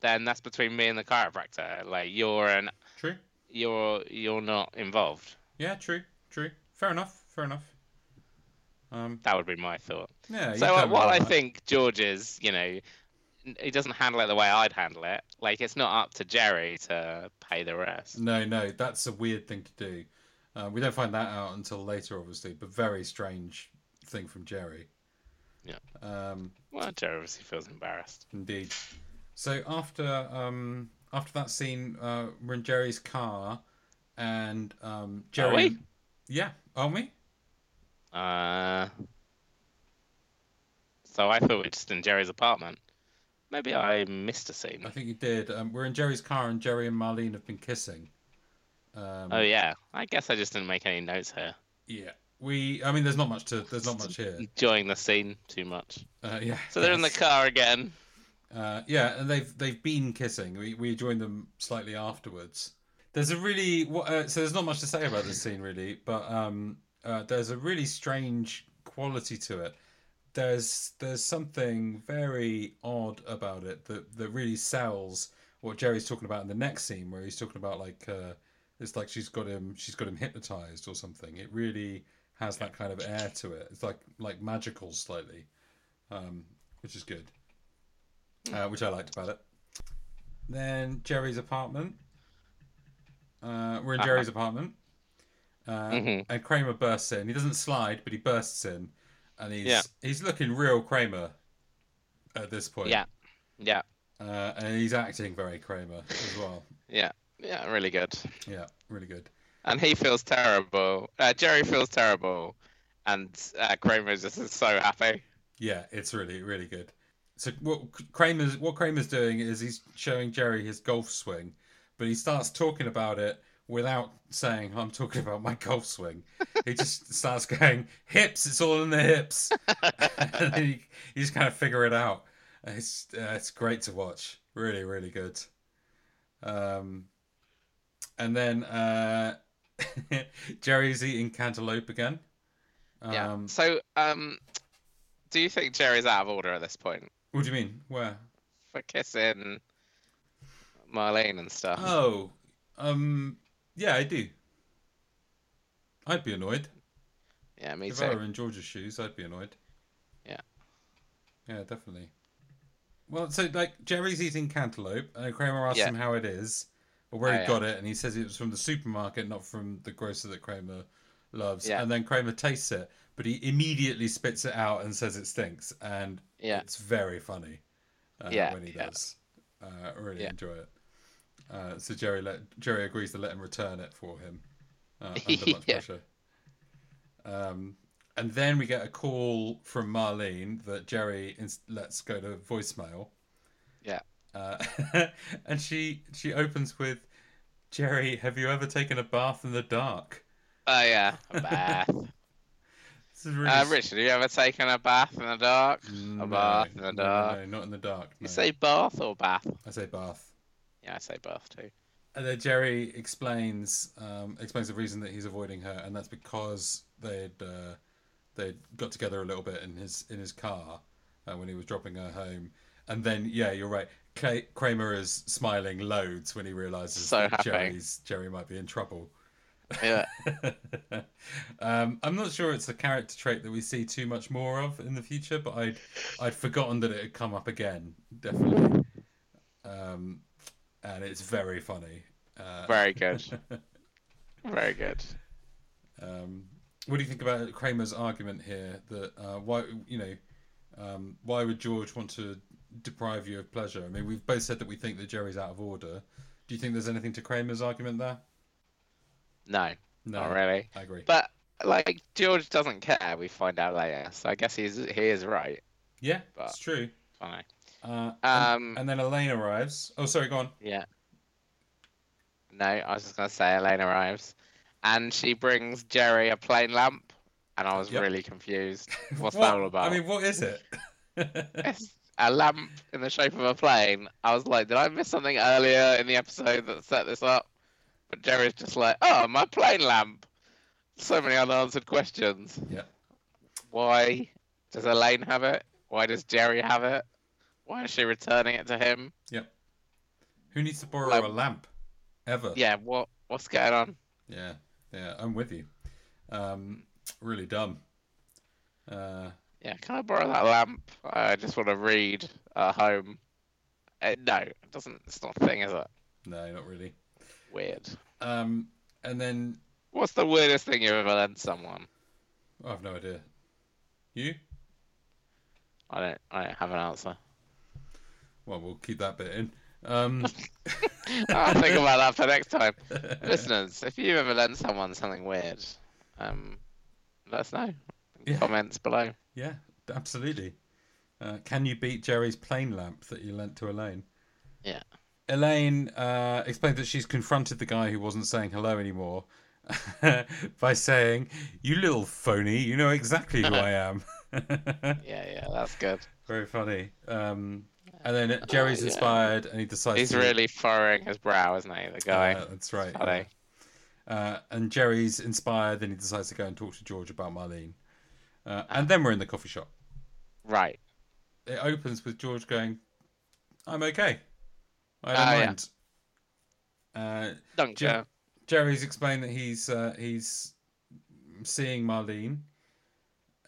Speaker 2: then that's between me and the chiropractor. Like you're an
Speaker 1: true.
Speaker 2: you're you're not involved.
Speaker 1: Yeah, true, true. Fair enough. Fair enough. Um,
Speaker 2: That would be my thought.
Speaker 1: yeah. you
Speaker 2: So uh,
Speaker 1: can't
Speaker 2: while
Speaker 1: really-
Speaker 2: I think George is, you know, n- he doesn't handle it the way I'd handle it. Like it's not up to Jerry to pay the rest.
Speaker 1: Mm. No, no, that's a weird thing to do. Uh, we don't find that out until later, obviously, but very strange thing from Jerry.
Speaker 2: Yeah.
Speaker 1: Um,
Speaker 2: Well, Jerry obviously feels embarrassed.
Speaker 1: Indeed. So after um after that scene, uh, we're in Jerry's car, and um Jerry.
Speaker 2: we?
Speaker 1: Yeah, aren't we?
Speaker 2: Uh, so I thought we're just in Jerry's apartment. Maybe I missed a scene.
Speaker 1: I think you did. Um, we're in Jerry's car, and Jerry and Marlene have been kissing. Um,
Speaker 2: Oh yeah, I guess I just didn't make any notes here.
Speaker 1: yeah. We. I mean, there's not much to. There's not much here.
Speaker 2: Enjoying the scene too much.
Speaker 1: Uh, yeah.
Speaker 2: So they're in the car again.
Speaker 1: Uh, yeah, and they've they've been kissing. We we joined them slightly afterwards. There's a really wha- uh, so there's not much to say about this scene really, but um, uh, there's a really strange quality to it. There's there's something very odd about it that that really sells what Jerry's talking about in the next scene, where he's talking about like uh, it's like she's got him she's got him hypnotized or something. It really has that kind of air to it. It's like like magical slightly, um, which is good uh, which I liked about it. Then Jerry's apartment. Uh, we're in Jerry's
Speaker 2: Uh-huh.
Speaker 1: apartment, uh,
Speaker 2: Mhm.
Speaker 1: and Kramer bursts in. He doesn't slide, but he bursts in, and he's
Speaker 2: Yeah.
Speaker 1: he's looking real Kramer at this point.
Speaker 2: Yeah, yeah,
Speaker 1: uh, and he's acting very Kramer as well.
Speaker 2: yeah, yeah. Really good.
Speaker 1: Yeah, really good.
Speaker 2: And he feels terrible. Uh, Jerry feels terrible, and uh, Kramer just is so happy.
Speaker 1: Yeah, it's really really good. So what Kramer's what Kramer's doing is he's showing Jerry his golf swing, but he starts talking about it without saying I'm talking about my golf swing. he just starts going hips. It's all in the hips. and then you, you just kind of figure it out. And It's uh, it's great to watch. Really really good. Um, and then uh, Jerry's eating cantaloupe again.
Speaker 2: Yeah.
Speaker 1: Um,
Speaker 2: So, um, do you think Jerry's out of order at this point
Speaker 1: What do you mean? Where?
Speaker 2: for kissing Marlene and stuff?
Speaker 1: Oh, um, yeah, I do. I'd be annoyed
Speaker 2: yeah, me
Speaker 1: if I
Speaker 2: too.
Speaker 1: were in George's shoes. I'd be annoyed.
Speaker 2: Yeah.
Speaker 1: Yeah, definitely. Well, so like Jerry's eating cantaloupe, and Kramer asks
Speaker 2: Yeah.
Speaker 1: him how it is or where
Speaker 2: Oh,
Speaker 1: he
Speaker 2: yeah.
Speaker 1: got it, and he says it was from the supermarket, not from the grocer that Kramer loves.
Speaker 2: Yeah.
Speaker 1: And then Kramer tastes it, but he immediately spits it out and says it stinks, and
Speaker 2: Yeah.
Speaker 1: it's very funny uh,
Speaker 2: Yeah,
Speaker 1: when he
Speaker 2: yeah.
Speaker 1: does. Uh, I really
Speaker 2: Yeah.
Speaker 1: enjoy it. Uh, so Jerry let, Jerry agrees to let him return it for him uh, under much
Speaker 2: Yeah.
Speaker 1: pressure. Um, and then we get a call from Marlene that Jerry ins- lets go to voicemail.
Speaker 2: Yeah.
Speaker 1: Uh, and she she opens with, "Jerry, have you ever taken a bath in the dark?"
Speaker 2: Oh yeah, a bath.
Speaker 1: This is really
Speaker 2: uh, Richard, have you ever taken a bath in the dark?
Speaker 1: No,
Speaker 2: a bath
Speaker 1: no,
Speaker 2: in the
Speaker 1: no,
Speaker 2: dark.
Speaker 1: No, not in the dark.
Speaker 2: You
Speaker 1: no.
Speaker 2: say bath or bath?
Speaker 1: I say bath.
Speaker 2: Yeah, I say bath too.
Speaker 1: And then Jerry explains um, explains the reason that he's avoiding her, and that's because they'd uh, they'd got together a little bit in his in his car uh, when he was dropping her home. And then, yeah, you're right. Cla- Kramer is smiling loads when he realizes
Speaker 2: So
Speaker 1: that
Speaker 2: happy.
Speaker 1: Jerry's Jerry might be in trouble.
Speaker 2: Yeah.
Speaker 1: um, I'm not sure it's a character trait that we see too much more of in the future, but I'd I'd forgotten that it had come up again, definitely. Um, and it's very funny. Uh,
Speaker 2: Very good. Very good.
Speaker 1: um, what do you think about Kramer's argument here that uh, why you know um, why would George want to deprive you of pleasure? I mean, we've both said that we think that Jerry's out of order. Do you think there's anything to Kramer's argument there?
Speaker 2: No,
Speaker 1: No,
Speaker 2: not really.
Speaker 1: I agree.
Speaker 2: But like George doesn't care. We find out later, so I guess he's he is right.
Speaker 1: yeah,
Speaker 2: but-
Speaker 1: it's true.
Speaker 2: Fine.
Speaker 1: Uh, and,
Speaker 2: Um.
Speaker 1: and then Elaine arrives. Oh, sorry, go on.
Speaker 2: Yeah. No, I was just gonna say Elaine arrives, and she brings Jerry a plain lamp, and I was
Speaker 1: Yep.
Speaker 2: really confused. What's
Speaker 1: What-
Speaker 2: that all about?
Speaker 1: I mean, what is it?
Speaker 2: It's a lamp in the shape of a plane. I was like, did I miss something earlier in the episode that set this up? But Jerry's just like, oh, my plane lamp. So many unanswered questions.
Speaker 1: Yeah.
Speaker 2: Why does Elaine have it? Why does Jerry have it? Why is she returning it to him?
Speaker 1: Yep. Who needs to borrow
Speaker 2: Lamp.
Speaker 1: a lamp? Ever.
Speaker 2: Um, Yeah, what what's going on?
Speaker 1: Yeah. Yeah, I'm with you. Um, really dumb. Uh,
Speaker 2: Yeah, can I borrow that lamp? I just want to read at home. Uh, no, it doesn't. It's not a thing, is it?
Speaker 1: no, not really.
Speaker 2: Weird.
Speaker 1: Um, and then
Speaker 2: What's the weirdest thing you've ever lent someone?
Speaker 1: I have oh, no idea. You?
Speaker 2: I don't. I don't have an answer.
Speaker 1: Well, we'll keep that bit in. Um,
Speaker 2: I'll think about that for next time. Listeners, if you ever lent someone something weird, um, let us know.
Speaker 1: Yeah.
Speaker 2: Comments below.
Speaker 1: yeah, absolutely. Uh, can you beat Jerry's plane lamp that you lent to Elaine?
Speaker 2: Yeah.
Speaker 1: Elaine uh, explains that she's confronted the guy who wasn't saying hello anymore by saying, "You little phony, you know exactly who I am."
Speaker 2: Yeah, yeah, that's good.
Speaker 1: Very funny. Um, and then Jerry's inspired, and he decides
Speaker 2: He's
Speaker 1: to-
Speaker 2: really furrowing his brow, isn't he? The guy.
Speaker 1: Uh, that's right.
Speaker 2: Are they?
Speaker 1: Uh, and Jerry's inspired, and he decides to go and talk to George about Marlene. Uh, and then we're in the coffee shop.
Speaker 2: Right.
Speaker 1: It opens with George going, "I'm okay. I don't
Speaker 2: Ah, yeah.
Speaker 1: mind." Uh,
Speaker 2: Dunker.
Speaker 1: Jer- Jerry's explained that he's uh, he's seeing Marlene,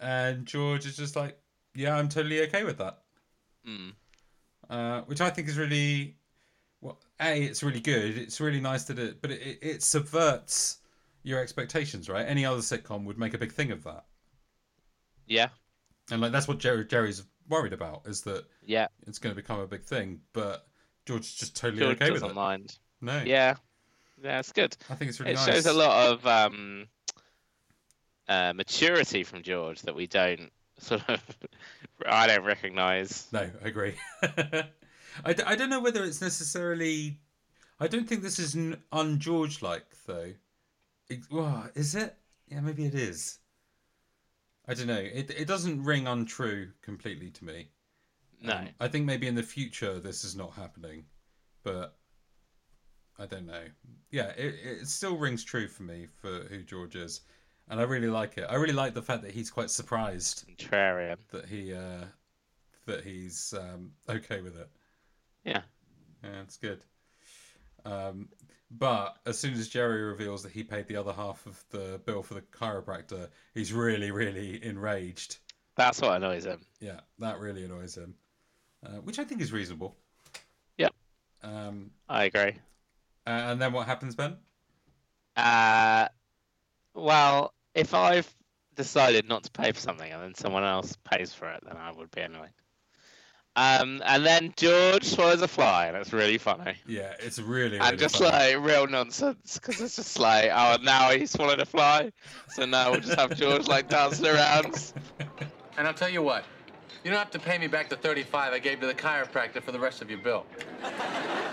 Speaker 1: and George is just like, "Yeah, I'm totally okay with that,"
Speaker 2: Mm.
Speaker 1: uh, which I think is really well. A, it's really good. It's really nice that it, but it, it subverts your expectations, right? Any other sitcom would make a big thing of that,
Speaker 2: Yeah.
Speaker 1: and like that's what Jerry, Jerry's worried about is that
Speaker 2: Yeah.
Speaker 1: it's going to become a big thing, but George is just totally
Speaker 2: George
Speaker 1: okay with
Speaker 2: doesn't
Speaker 1: it.
Speaker 2: mind.
Speaker 1: No,
Speaker 2: Yeah. Yeah, it's good.
Speaker 1: I think it's really
Speaker 2: It
Speaker 1: nice.
Speaker 2: shows a lot of um, uh, maturity from George that we don't sort of. I don't recognise.
Speaker 1: No, I agree. I, d- I don't know whether it's necessarily. I don't think this is n- un George like, though. It, well, is it? Yeah, maybe it is. I don't know. It, it doesn't ring untrue completely to me.
Speaker 2: No.
Speaker 1: Um, I think maybe in the future this is not happening, but I don't know. Yeah, it, it still rings true for me for who George is. And I really like it. I really like the fact that he's quite surprised
Speaker 2: Contrarian.
Speaker 1: that he uh, that he's um, okay with it.
Speaker 2: Yeah.
Speaker 1: Yeah, it's good. Um, but as soon as Jerry reveals that he paid the other half of the bill for the chiropractor, he's really, really enraged.
Speaker 2: That's what annoys him.
Speaker 1: Yeah, that really annoys him, uh, which I think is reasonable.
Speaker 2: Yep.
Speaker 1: Um,
Speaker 2: I agree.
Speaker 1: a- and then what happens, Ben?
Speaker 2: Uh, well, if I've decided not to pay for something and then someone else pays for it, then I would be annoyed. Um, and then George swallows a fly, and it's really funny.
Speaker 1: Yeah, it's really. really
Speaker 2: and just
Speaker 1: funny.
Speaker 2: like real nonsense, because it's just like, oh, now he swallowed a fly, so now we'll just have George like dancing around.
Speaker 4: And I'll tell you what, you don't have to pay me back the 35 I gave to the chiropractor for the rest of your bill.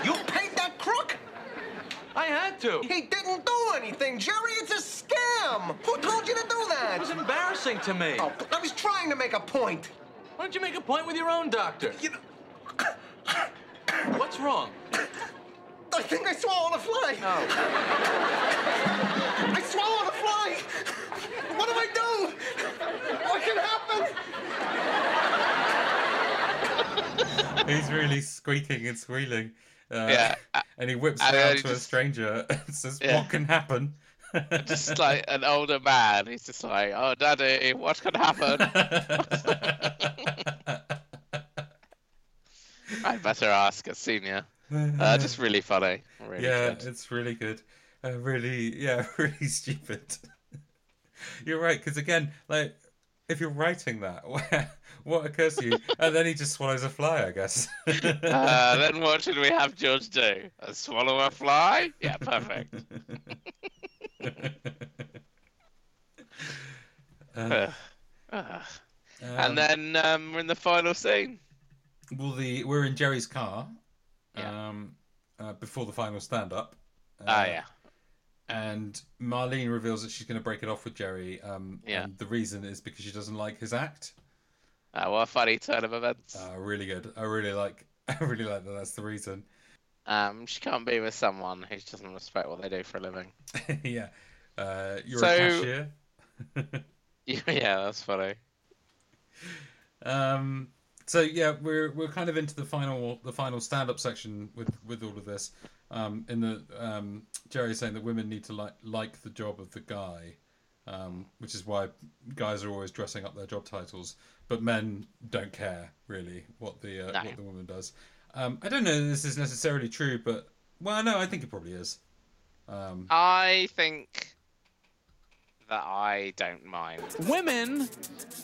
Speaker 5: You paid that crook?
Speaker 4: I had to. It
Speaker 5: He didn't do anything, Jerry. It's a scam. Who told you to do
Speaker 4: was
Speaker 5: that?
Speaker 4: embarrassing to me.
Speaker 5: Oh, I was trying to make a point.
Speaker 4: Why don't you make a point with your own doctor?
Speaker 5: You know,
Speaker 4: What's wrong?
Speaker 5: I think I swallowed a fly.
Speaker 4: Oh,
Speaker 5: I swallowed a fly. What do I do? What can happen?
Speaker 1: he's really squeaking and squealing. Uh,
Speaker 2: Yeah, a-
Speaker 1: and he whips
Speaker 2: and
Speaker 1: around
Speaker 2: then
Speaker 1: to
Speaker 2: he
Speaker 1: a
Speaker 2: just-
Speaker 1: stranger and says,
Speaker 2: Yeah.
Speaker 1: "What can happen?"
Speaker 2: Just like an older man, he's just like, oh, daddy, what can happen? I'd better ask a senior. Uh, just really funny. Really
Speaker 1: yeah,
Speaker 2: good.
Speaker 1: it's really good. Uh, really, yeah, really stupid. you're right, because again, like, if you're writing that, what occurs to you? and then he just swallows a fly, I guess.
Speaker 2: Uh, then what should we have George do? Uh, swallow a fly? Yeah, perfect.
Speaker 1: um,
Speaker 2: Ugh. Ugh. and Uh, then um, we're in the final scene.
Speaker 1: well, the we're in Jerry's car.
Speaker 2: Yeah.
Speaker 1: Um, uh, before the final stand-up. Uh,
Speaker 2: Ah, yeah.
Speaker 1: And Marlene reveals that she's going to break it off with Jerry. Um,
Speaker 2: Yeah.
Speaker 1: And the reason is because she doesn't like his act.
Speaker 2: Uh, what a funny turn of events.
Speaker 1: Uh, really good. I really like. I really like that. That's the reason.
Speaker 2: Um, she can't be with someone who doesn't respect what they do for a living.
Speaker 1: yeah. Uh, you're a
Speaker 2: So-
Speaker 1: cashier.
Speaker 2: yeah, that's funny.
Speaker 1: Um, so yeah, we're we're kind of into the final the final stand up section with with all of this. Um, in the um, Jerry's saying that women need to like like the job of the guy, um, which is why guys are always dressing up their job titles, but men don't care really what the uh,
Speaker 2: No.
Speaker 1: what the woman does. Um, I don't know if this is Mm. necessarily true, but well, no, I think it probably is.
Speaker 2: I think that I don't mind.
Speaker 3: Women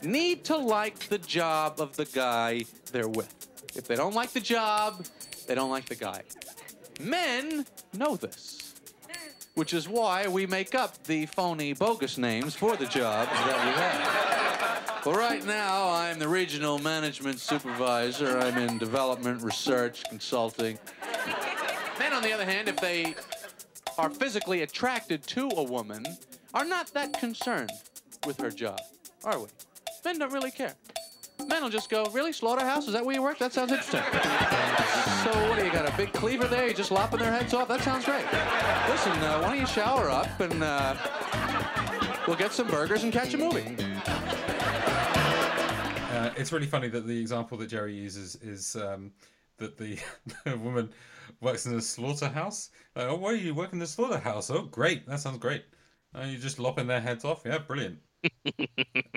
Speaker 3: need to like the job of the guy they're with. If they don't like the job, they don't like the guy. Men know this, which is why we make up the phony, bogus names for the jobs that we have. Well, right now, I'm the regional management supervisor. I'm in development, research, consulting. Men, on the other hand, if they are physically attracted to a woman are not that concerned with her job, are we? Men don't really care. Men will just go, really, slaughterhouse? Is that where you work? That sounds interesting. so what do you got? A big cleaver there? You're just lopping their heads off? That sounds great. Listen, uh, why don't you shower up and uh, we'll get some burgers and catch a movie.
Speaker 1: Uh, it's really funny that the example that Jerry uses is um, that the, the woman works in a slaughterhouse. Like, oh, why are you working in the slaughterhouse? Oh, great. That sounds great. Uh, you're just lopping their heads off. Yeah, brilliant.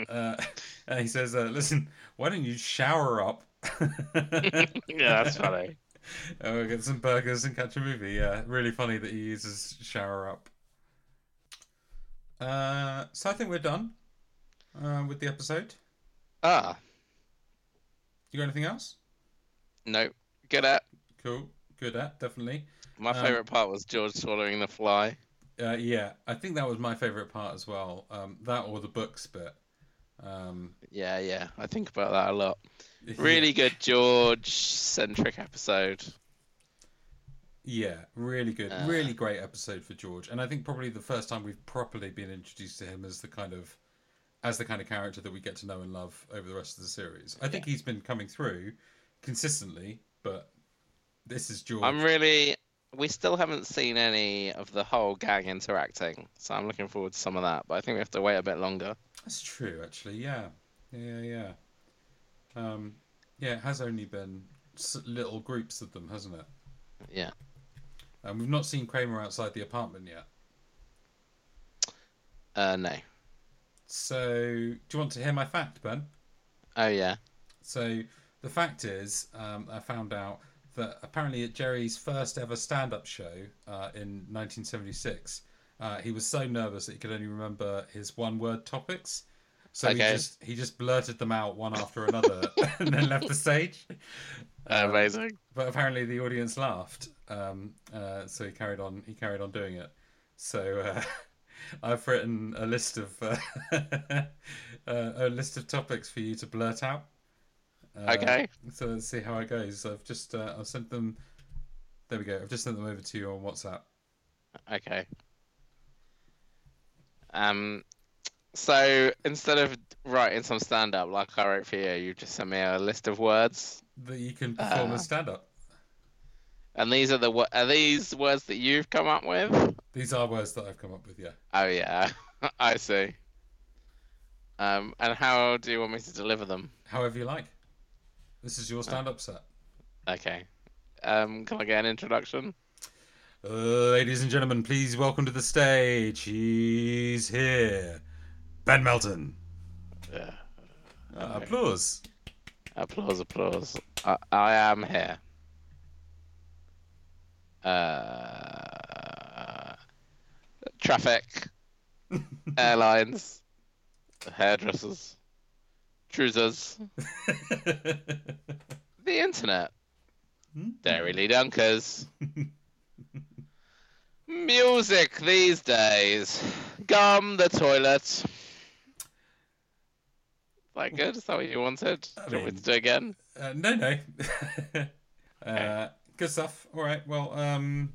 Speaker 1: uh, and he says, uh, listen, why don't you shower up?
Speaker 2: Yeah, that's funny.
Speaker 1: Oh, we'll get some burgers and catch a movie. Yeah, really funny that he uses shower up. Uh, so I think we're done uh, with the episode.
Speaker 2: Ah,
Speaker 1: You got anything else?
Speaker 2: no. Get at
Speaker 1: Cool. Good at definitely.
Speaker 2: my
Speaker 1: Um,
Speaker 2: favourite part was George swallowing the fly.
Speaker 1: Uh, yeah, I think that was my favorite part as well. Um, that or the books bit. Um,
Speaker 2: Yeah, yeah. I think about that a lot. Really good George centric episode.
Speaker 1: Yeah, really good,
Speaker 2: Uh.
Speaker 1: really great episode for George, and I think probably the first time we've properly been introduced to him as the kind of, as the kind of character that we get to know and love over the rest of the series. I think he's been coming through consistently, but this is George.
Speaker 2: I'm really. We still haven't seen any of the whole gang interacting, so I'm looking forward to some of that. But I think we have to wait a bit longer.
Speaker 1: That's true, actually. Yeah, yeah, yeah. Um, yeah, it has only been s- little groups of them, hasn't it?
Speaker 2: Yeah.
Speaker 1: And we've not seen Kramer outside the apartment yet.
Speaker 2: Uh, no.
Speaker 1: So, do you want to hear my fact, Ben?
Speaker 2: Oh yeah.
Speaker 1: So the fact is, um, I found out that apparently at Jerry's first ever stand-up show uh, in 1976, uh, he was so nervous that he could only remember his one-word topics. So
Speaker 2: Okay.
Speaker 1: he just he just blurted them out one after another and then left the stage.
Speaker 2: Amazing.
Speaker 1: But apparently the audience laughed. Um, uh, so he carried on he carried on doing it. So uh, I've written a list of uh, uh, a list of topics for you to blurt out. Uh,
Speaker 2: Okay.
Speaker 1: So let's see how it goes. I've just uh, I've sent them. There we go. I've just sent them over to you on WhatsApp.
Speaker 2: Okay. Um, so instead of writing some stand up like I wrote for you, you just sent me a list of words,
Speaker 1: That you can perform a stand up.
Speaker 2: and these are the wo- are these words that you've come up with?
Speaker 1: These are words that I've come up with. Yeah.
Speaker 2: Oh yeah, I see. Um, and how do you want me to deliver them?
Speaker 1: However you like. This is your stand up set.
Speaker 2: Okay. Um, can I get an introduction?
Speaker 1: Ladies and gentlemen, please welcome to the stage. He's here, Ben Melton.
Speaker 2: Yeah.
Speaker 1: Uh, applause.
Speaker 2: Applause, applause. I, I am here. Uh, traffic, airlines, hairdressers, choosers,
Speaker 1: Uh,
Speaker 2: the internet,
Speaker 1: Hmm?
Speaker 2: Dairy Lee Dunkers, music these days, gum, the toilet. That good? Is that what you wanted? Do you want me
Speaker 1: mean-
Speaker 2: to do it again?
Speaker 1: Uh, no, no. uh, good stuff. All right. Well, um,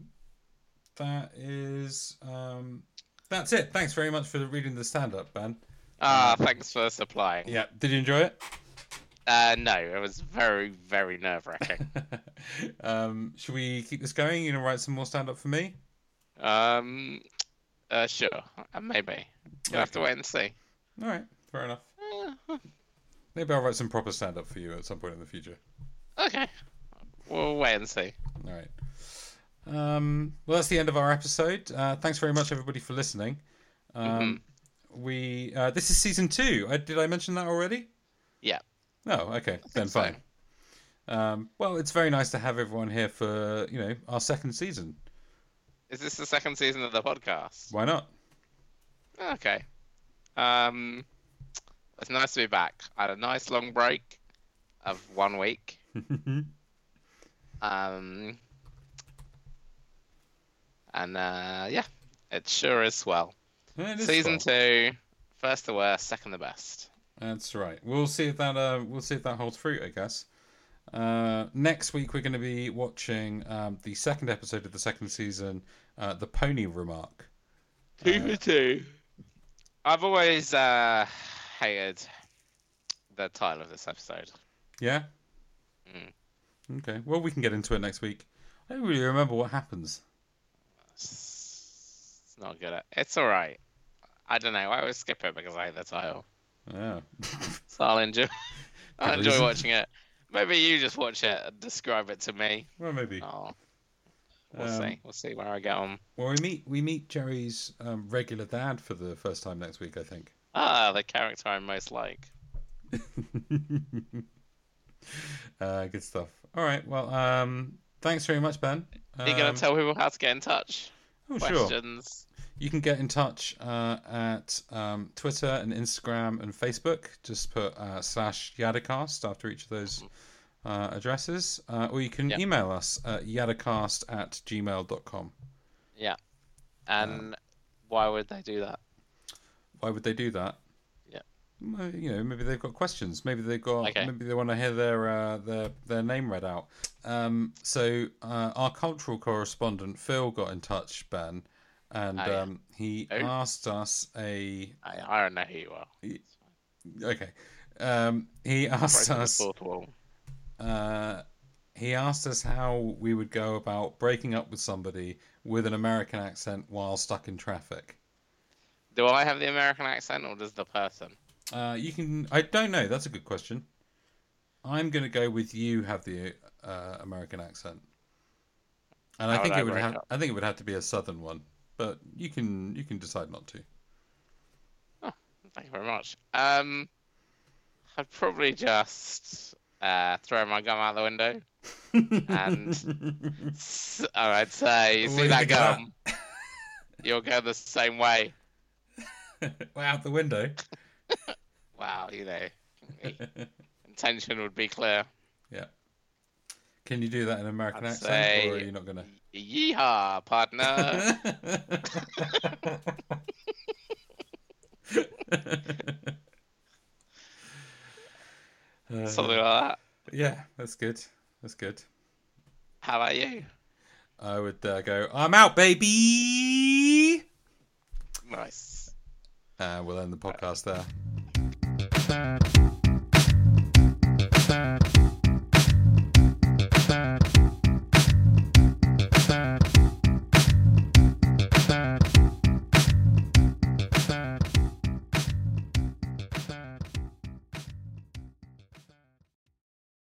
Speaker 1: that is um, that's it. Thanks very much for reading the stand-up, Ben.
Speaker 2: Ah, thanks for supplying.
Speaker 1: Yeah. Did you enjoy it?
Speaker 2: Uh, no, it was very, very nerve wracking.
Speaker 1: Um, should we keep this going? You gonna write some more stand-up for me?
Speaker 2: um, uh, sure, uh, maybe. You'll have to wait and see.
Speaker 1: All right. Fair enough. Maybe I'll write some proper stand-up for you at some point in the future.
Speaker 2: Okay, we'll wait and see.
Speaker 1: All right. Um, well, that's the end of our episode. Uh, thanks very much, everybody, for listening. Um, We uh, this is season two. I, did I mention that already?
Speaker 2: Yeah,
Speaker 1: Oh, okay. Then
Speaker 2: so.
Speaker 1: fine. Um, well, it's very nice to have everyone here for you know our second season.
Speaker 2: is this the second season of the podcast?
Speaker 1: Why not?
Speaker 2: Okay, Um, it's nice to be back. I had a nice long break of one week. um, and uh, yeah, it sure is swell.
Speaker 1: Yeah, it is fun.
Speaker 2: Season two, first the worst, second the best.
Speaker 1: That's right. We'll see if that uh, we'll see if that holds fruit, I guess. Uh, next week we're going to be watching um, the second episode of the second season, uh, the Pony Remark.
Speaker 2: Two for two. Uh, I've always uh, hated the title of this episode.
Speaker 1: Yeah.
Speaker 2: Hmm.
Speaker 1: Okay. Well, we can get into it next week. I don't really remember what happens.
Speaker 2: It's not good. It's all right. I don't know. I always skip it because I hate the title.
Speaker 1: Yeah.
Speaker 2: So I'll enjoy. I'll
Speaker 1: Good
Speaker 2: enjoy
Speaker 1: reason.
Speaker 2: watching it. Maybe you just watch it and describe it to me.
Speaker 1: well, maybe.
Speaker 2: Oh, we'll
Speaker 1: Um,
Speaker 2: see. We'll see where I get on.
Speaker 1: Well, we meet we meet Jerry's um, regular dad for the first time next week, I think.
Speaker 2: Ah, the character I most like.
Speaker 1: Uh, good stuff. All right. Well, um, thanks very much, Ben.
Speaker 2: Are you gonna
Speaker 1: Um,
Speaker 2: tell people how to get in touch?
Speaker 1: oh, sure.
Speaker 2: Questions.
Speaker 1: You can get in touch uh, at um, Twitter and Instagram and Facebook. Just put uh, slash Yadacast after each of those uh, addresses. Uh, or you can
Speaker 2: Mm-hmm. Yeah.
Speaker 1: email us at yadacast at gmail.com.
Speaker 2: Yeah.
Speaker 1: Um,
Speaker 2: And why would they do that?
Speaker 1: Why would they do that?
Speaker 2: Yeah.
Speaker 1: Well, You know, maybe they've got questions. Maybe they've got.
Speaker 2: Okay.
Speaker 1: Maybe they want to hear their uh, their their name read out. Um, so uh, our cultural correspondent Phil got in touch, Ben, and
Speaker 2: Oh, yeah.
Speaker 1: um, he
Speaker 2: Oh.
Speaker 1: asked us a
Speaker 2: I, I don't know who you are.
Speaker 1: okay. Um, he asked
Speaker 2: Breaking the
Speaker 1: us.
Speaker 2: fourth wall.
Speaker 1: Uh, he asked us how we would go about breaking up with somebody with an American accent while stuck in traffic.
Speaker 2: Do I have the American accent or does the person?
Speaker 1: Uh, you can. I don't know. That's a good question. I'm going to go with you have the uh, American accent, and I
Speaker 2: How would
Speaker 1: think
Speaker 2: I
Speaker 1: it would
Speaker 2: break
Speaker 1: have.
Speaker 2: up?
Speaker 1: I think it would have to be a southern one, but you can you can decide not to.
Speaker 2: Thank you very much. Um, I'd probably just uh, throw my gum out the window, and s- and I'd say, "You
Speaker 1: Where
Speaker 2: see
Speaker 1: did
Speaker 2: that
Speaker 1: it go out?"
Speaker 2: gum? You'll go the same way."
Speaker 1: Well, out the window.
Speaker 2: Wow, you know, the intention would be clear.
Speaker 1: Yeah. Can you do that in an American
Speaker 2: I'd
Speaker 1: accent, or are
Speaker 2: say-
Speaker 1: you not going to?
Speaker 2: Yeehaw,
Speaker 1: Uh,
Speaker 2: partner! Something like that.
Speaker 1: yeah, that's good. That's good.
Speaker 2: How about you?
Speaker 1: I would uh, go. I'm out, baby.
Speaker 2: Nice.
Speaker 1: Uh, we'll end the podcast there.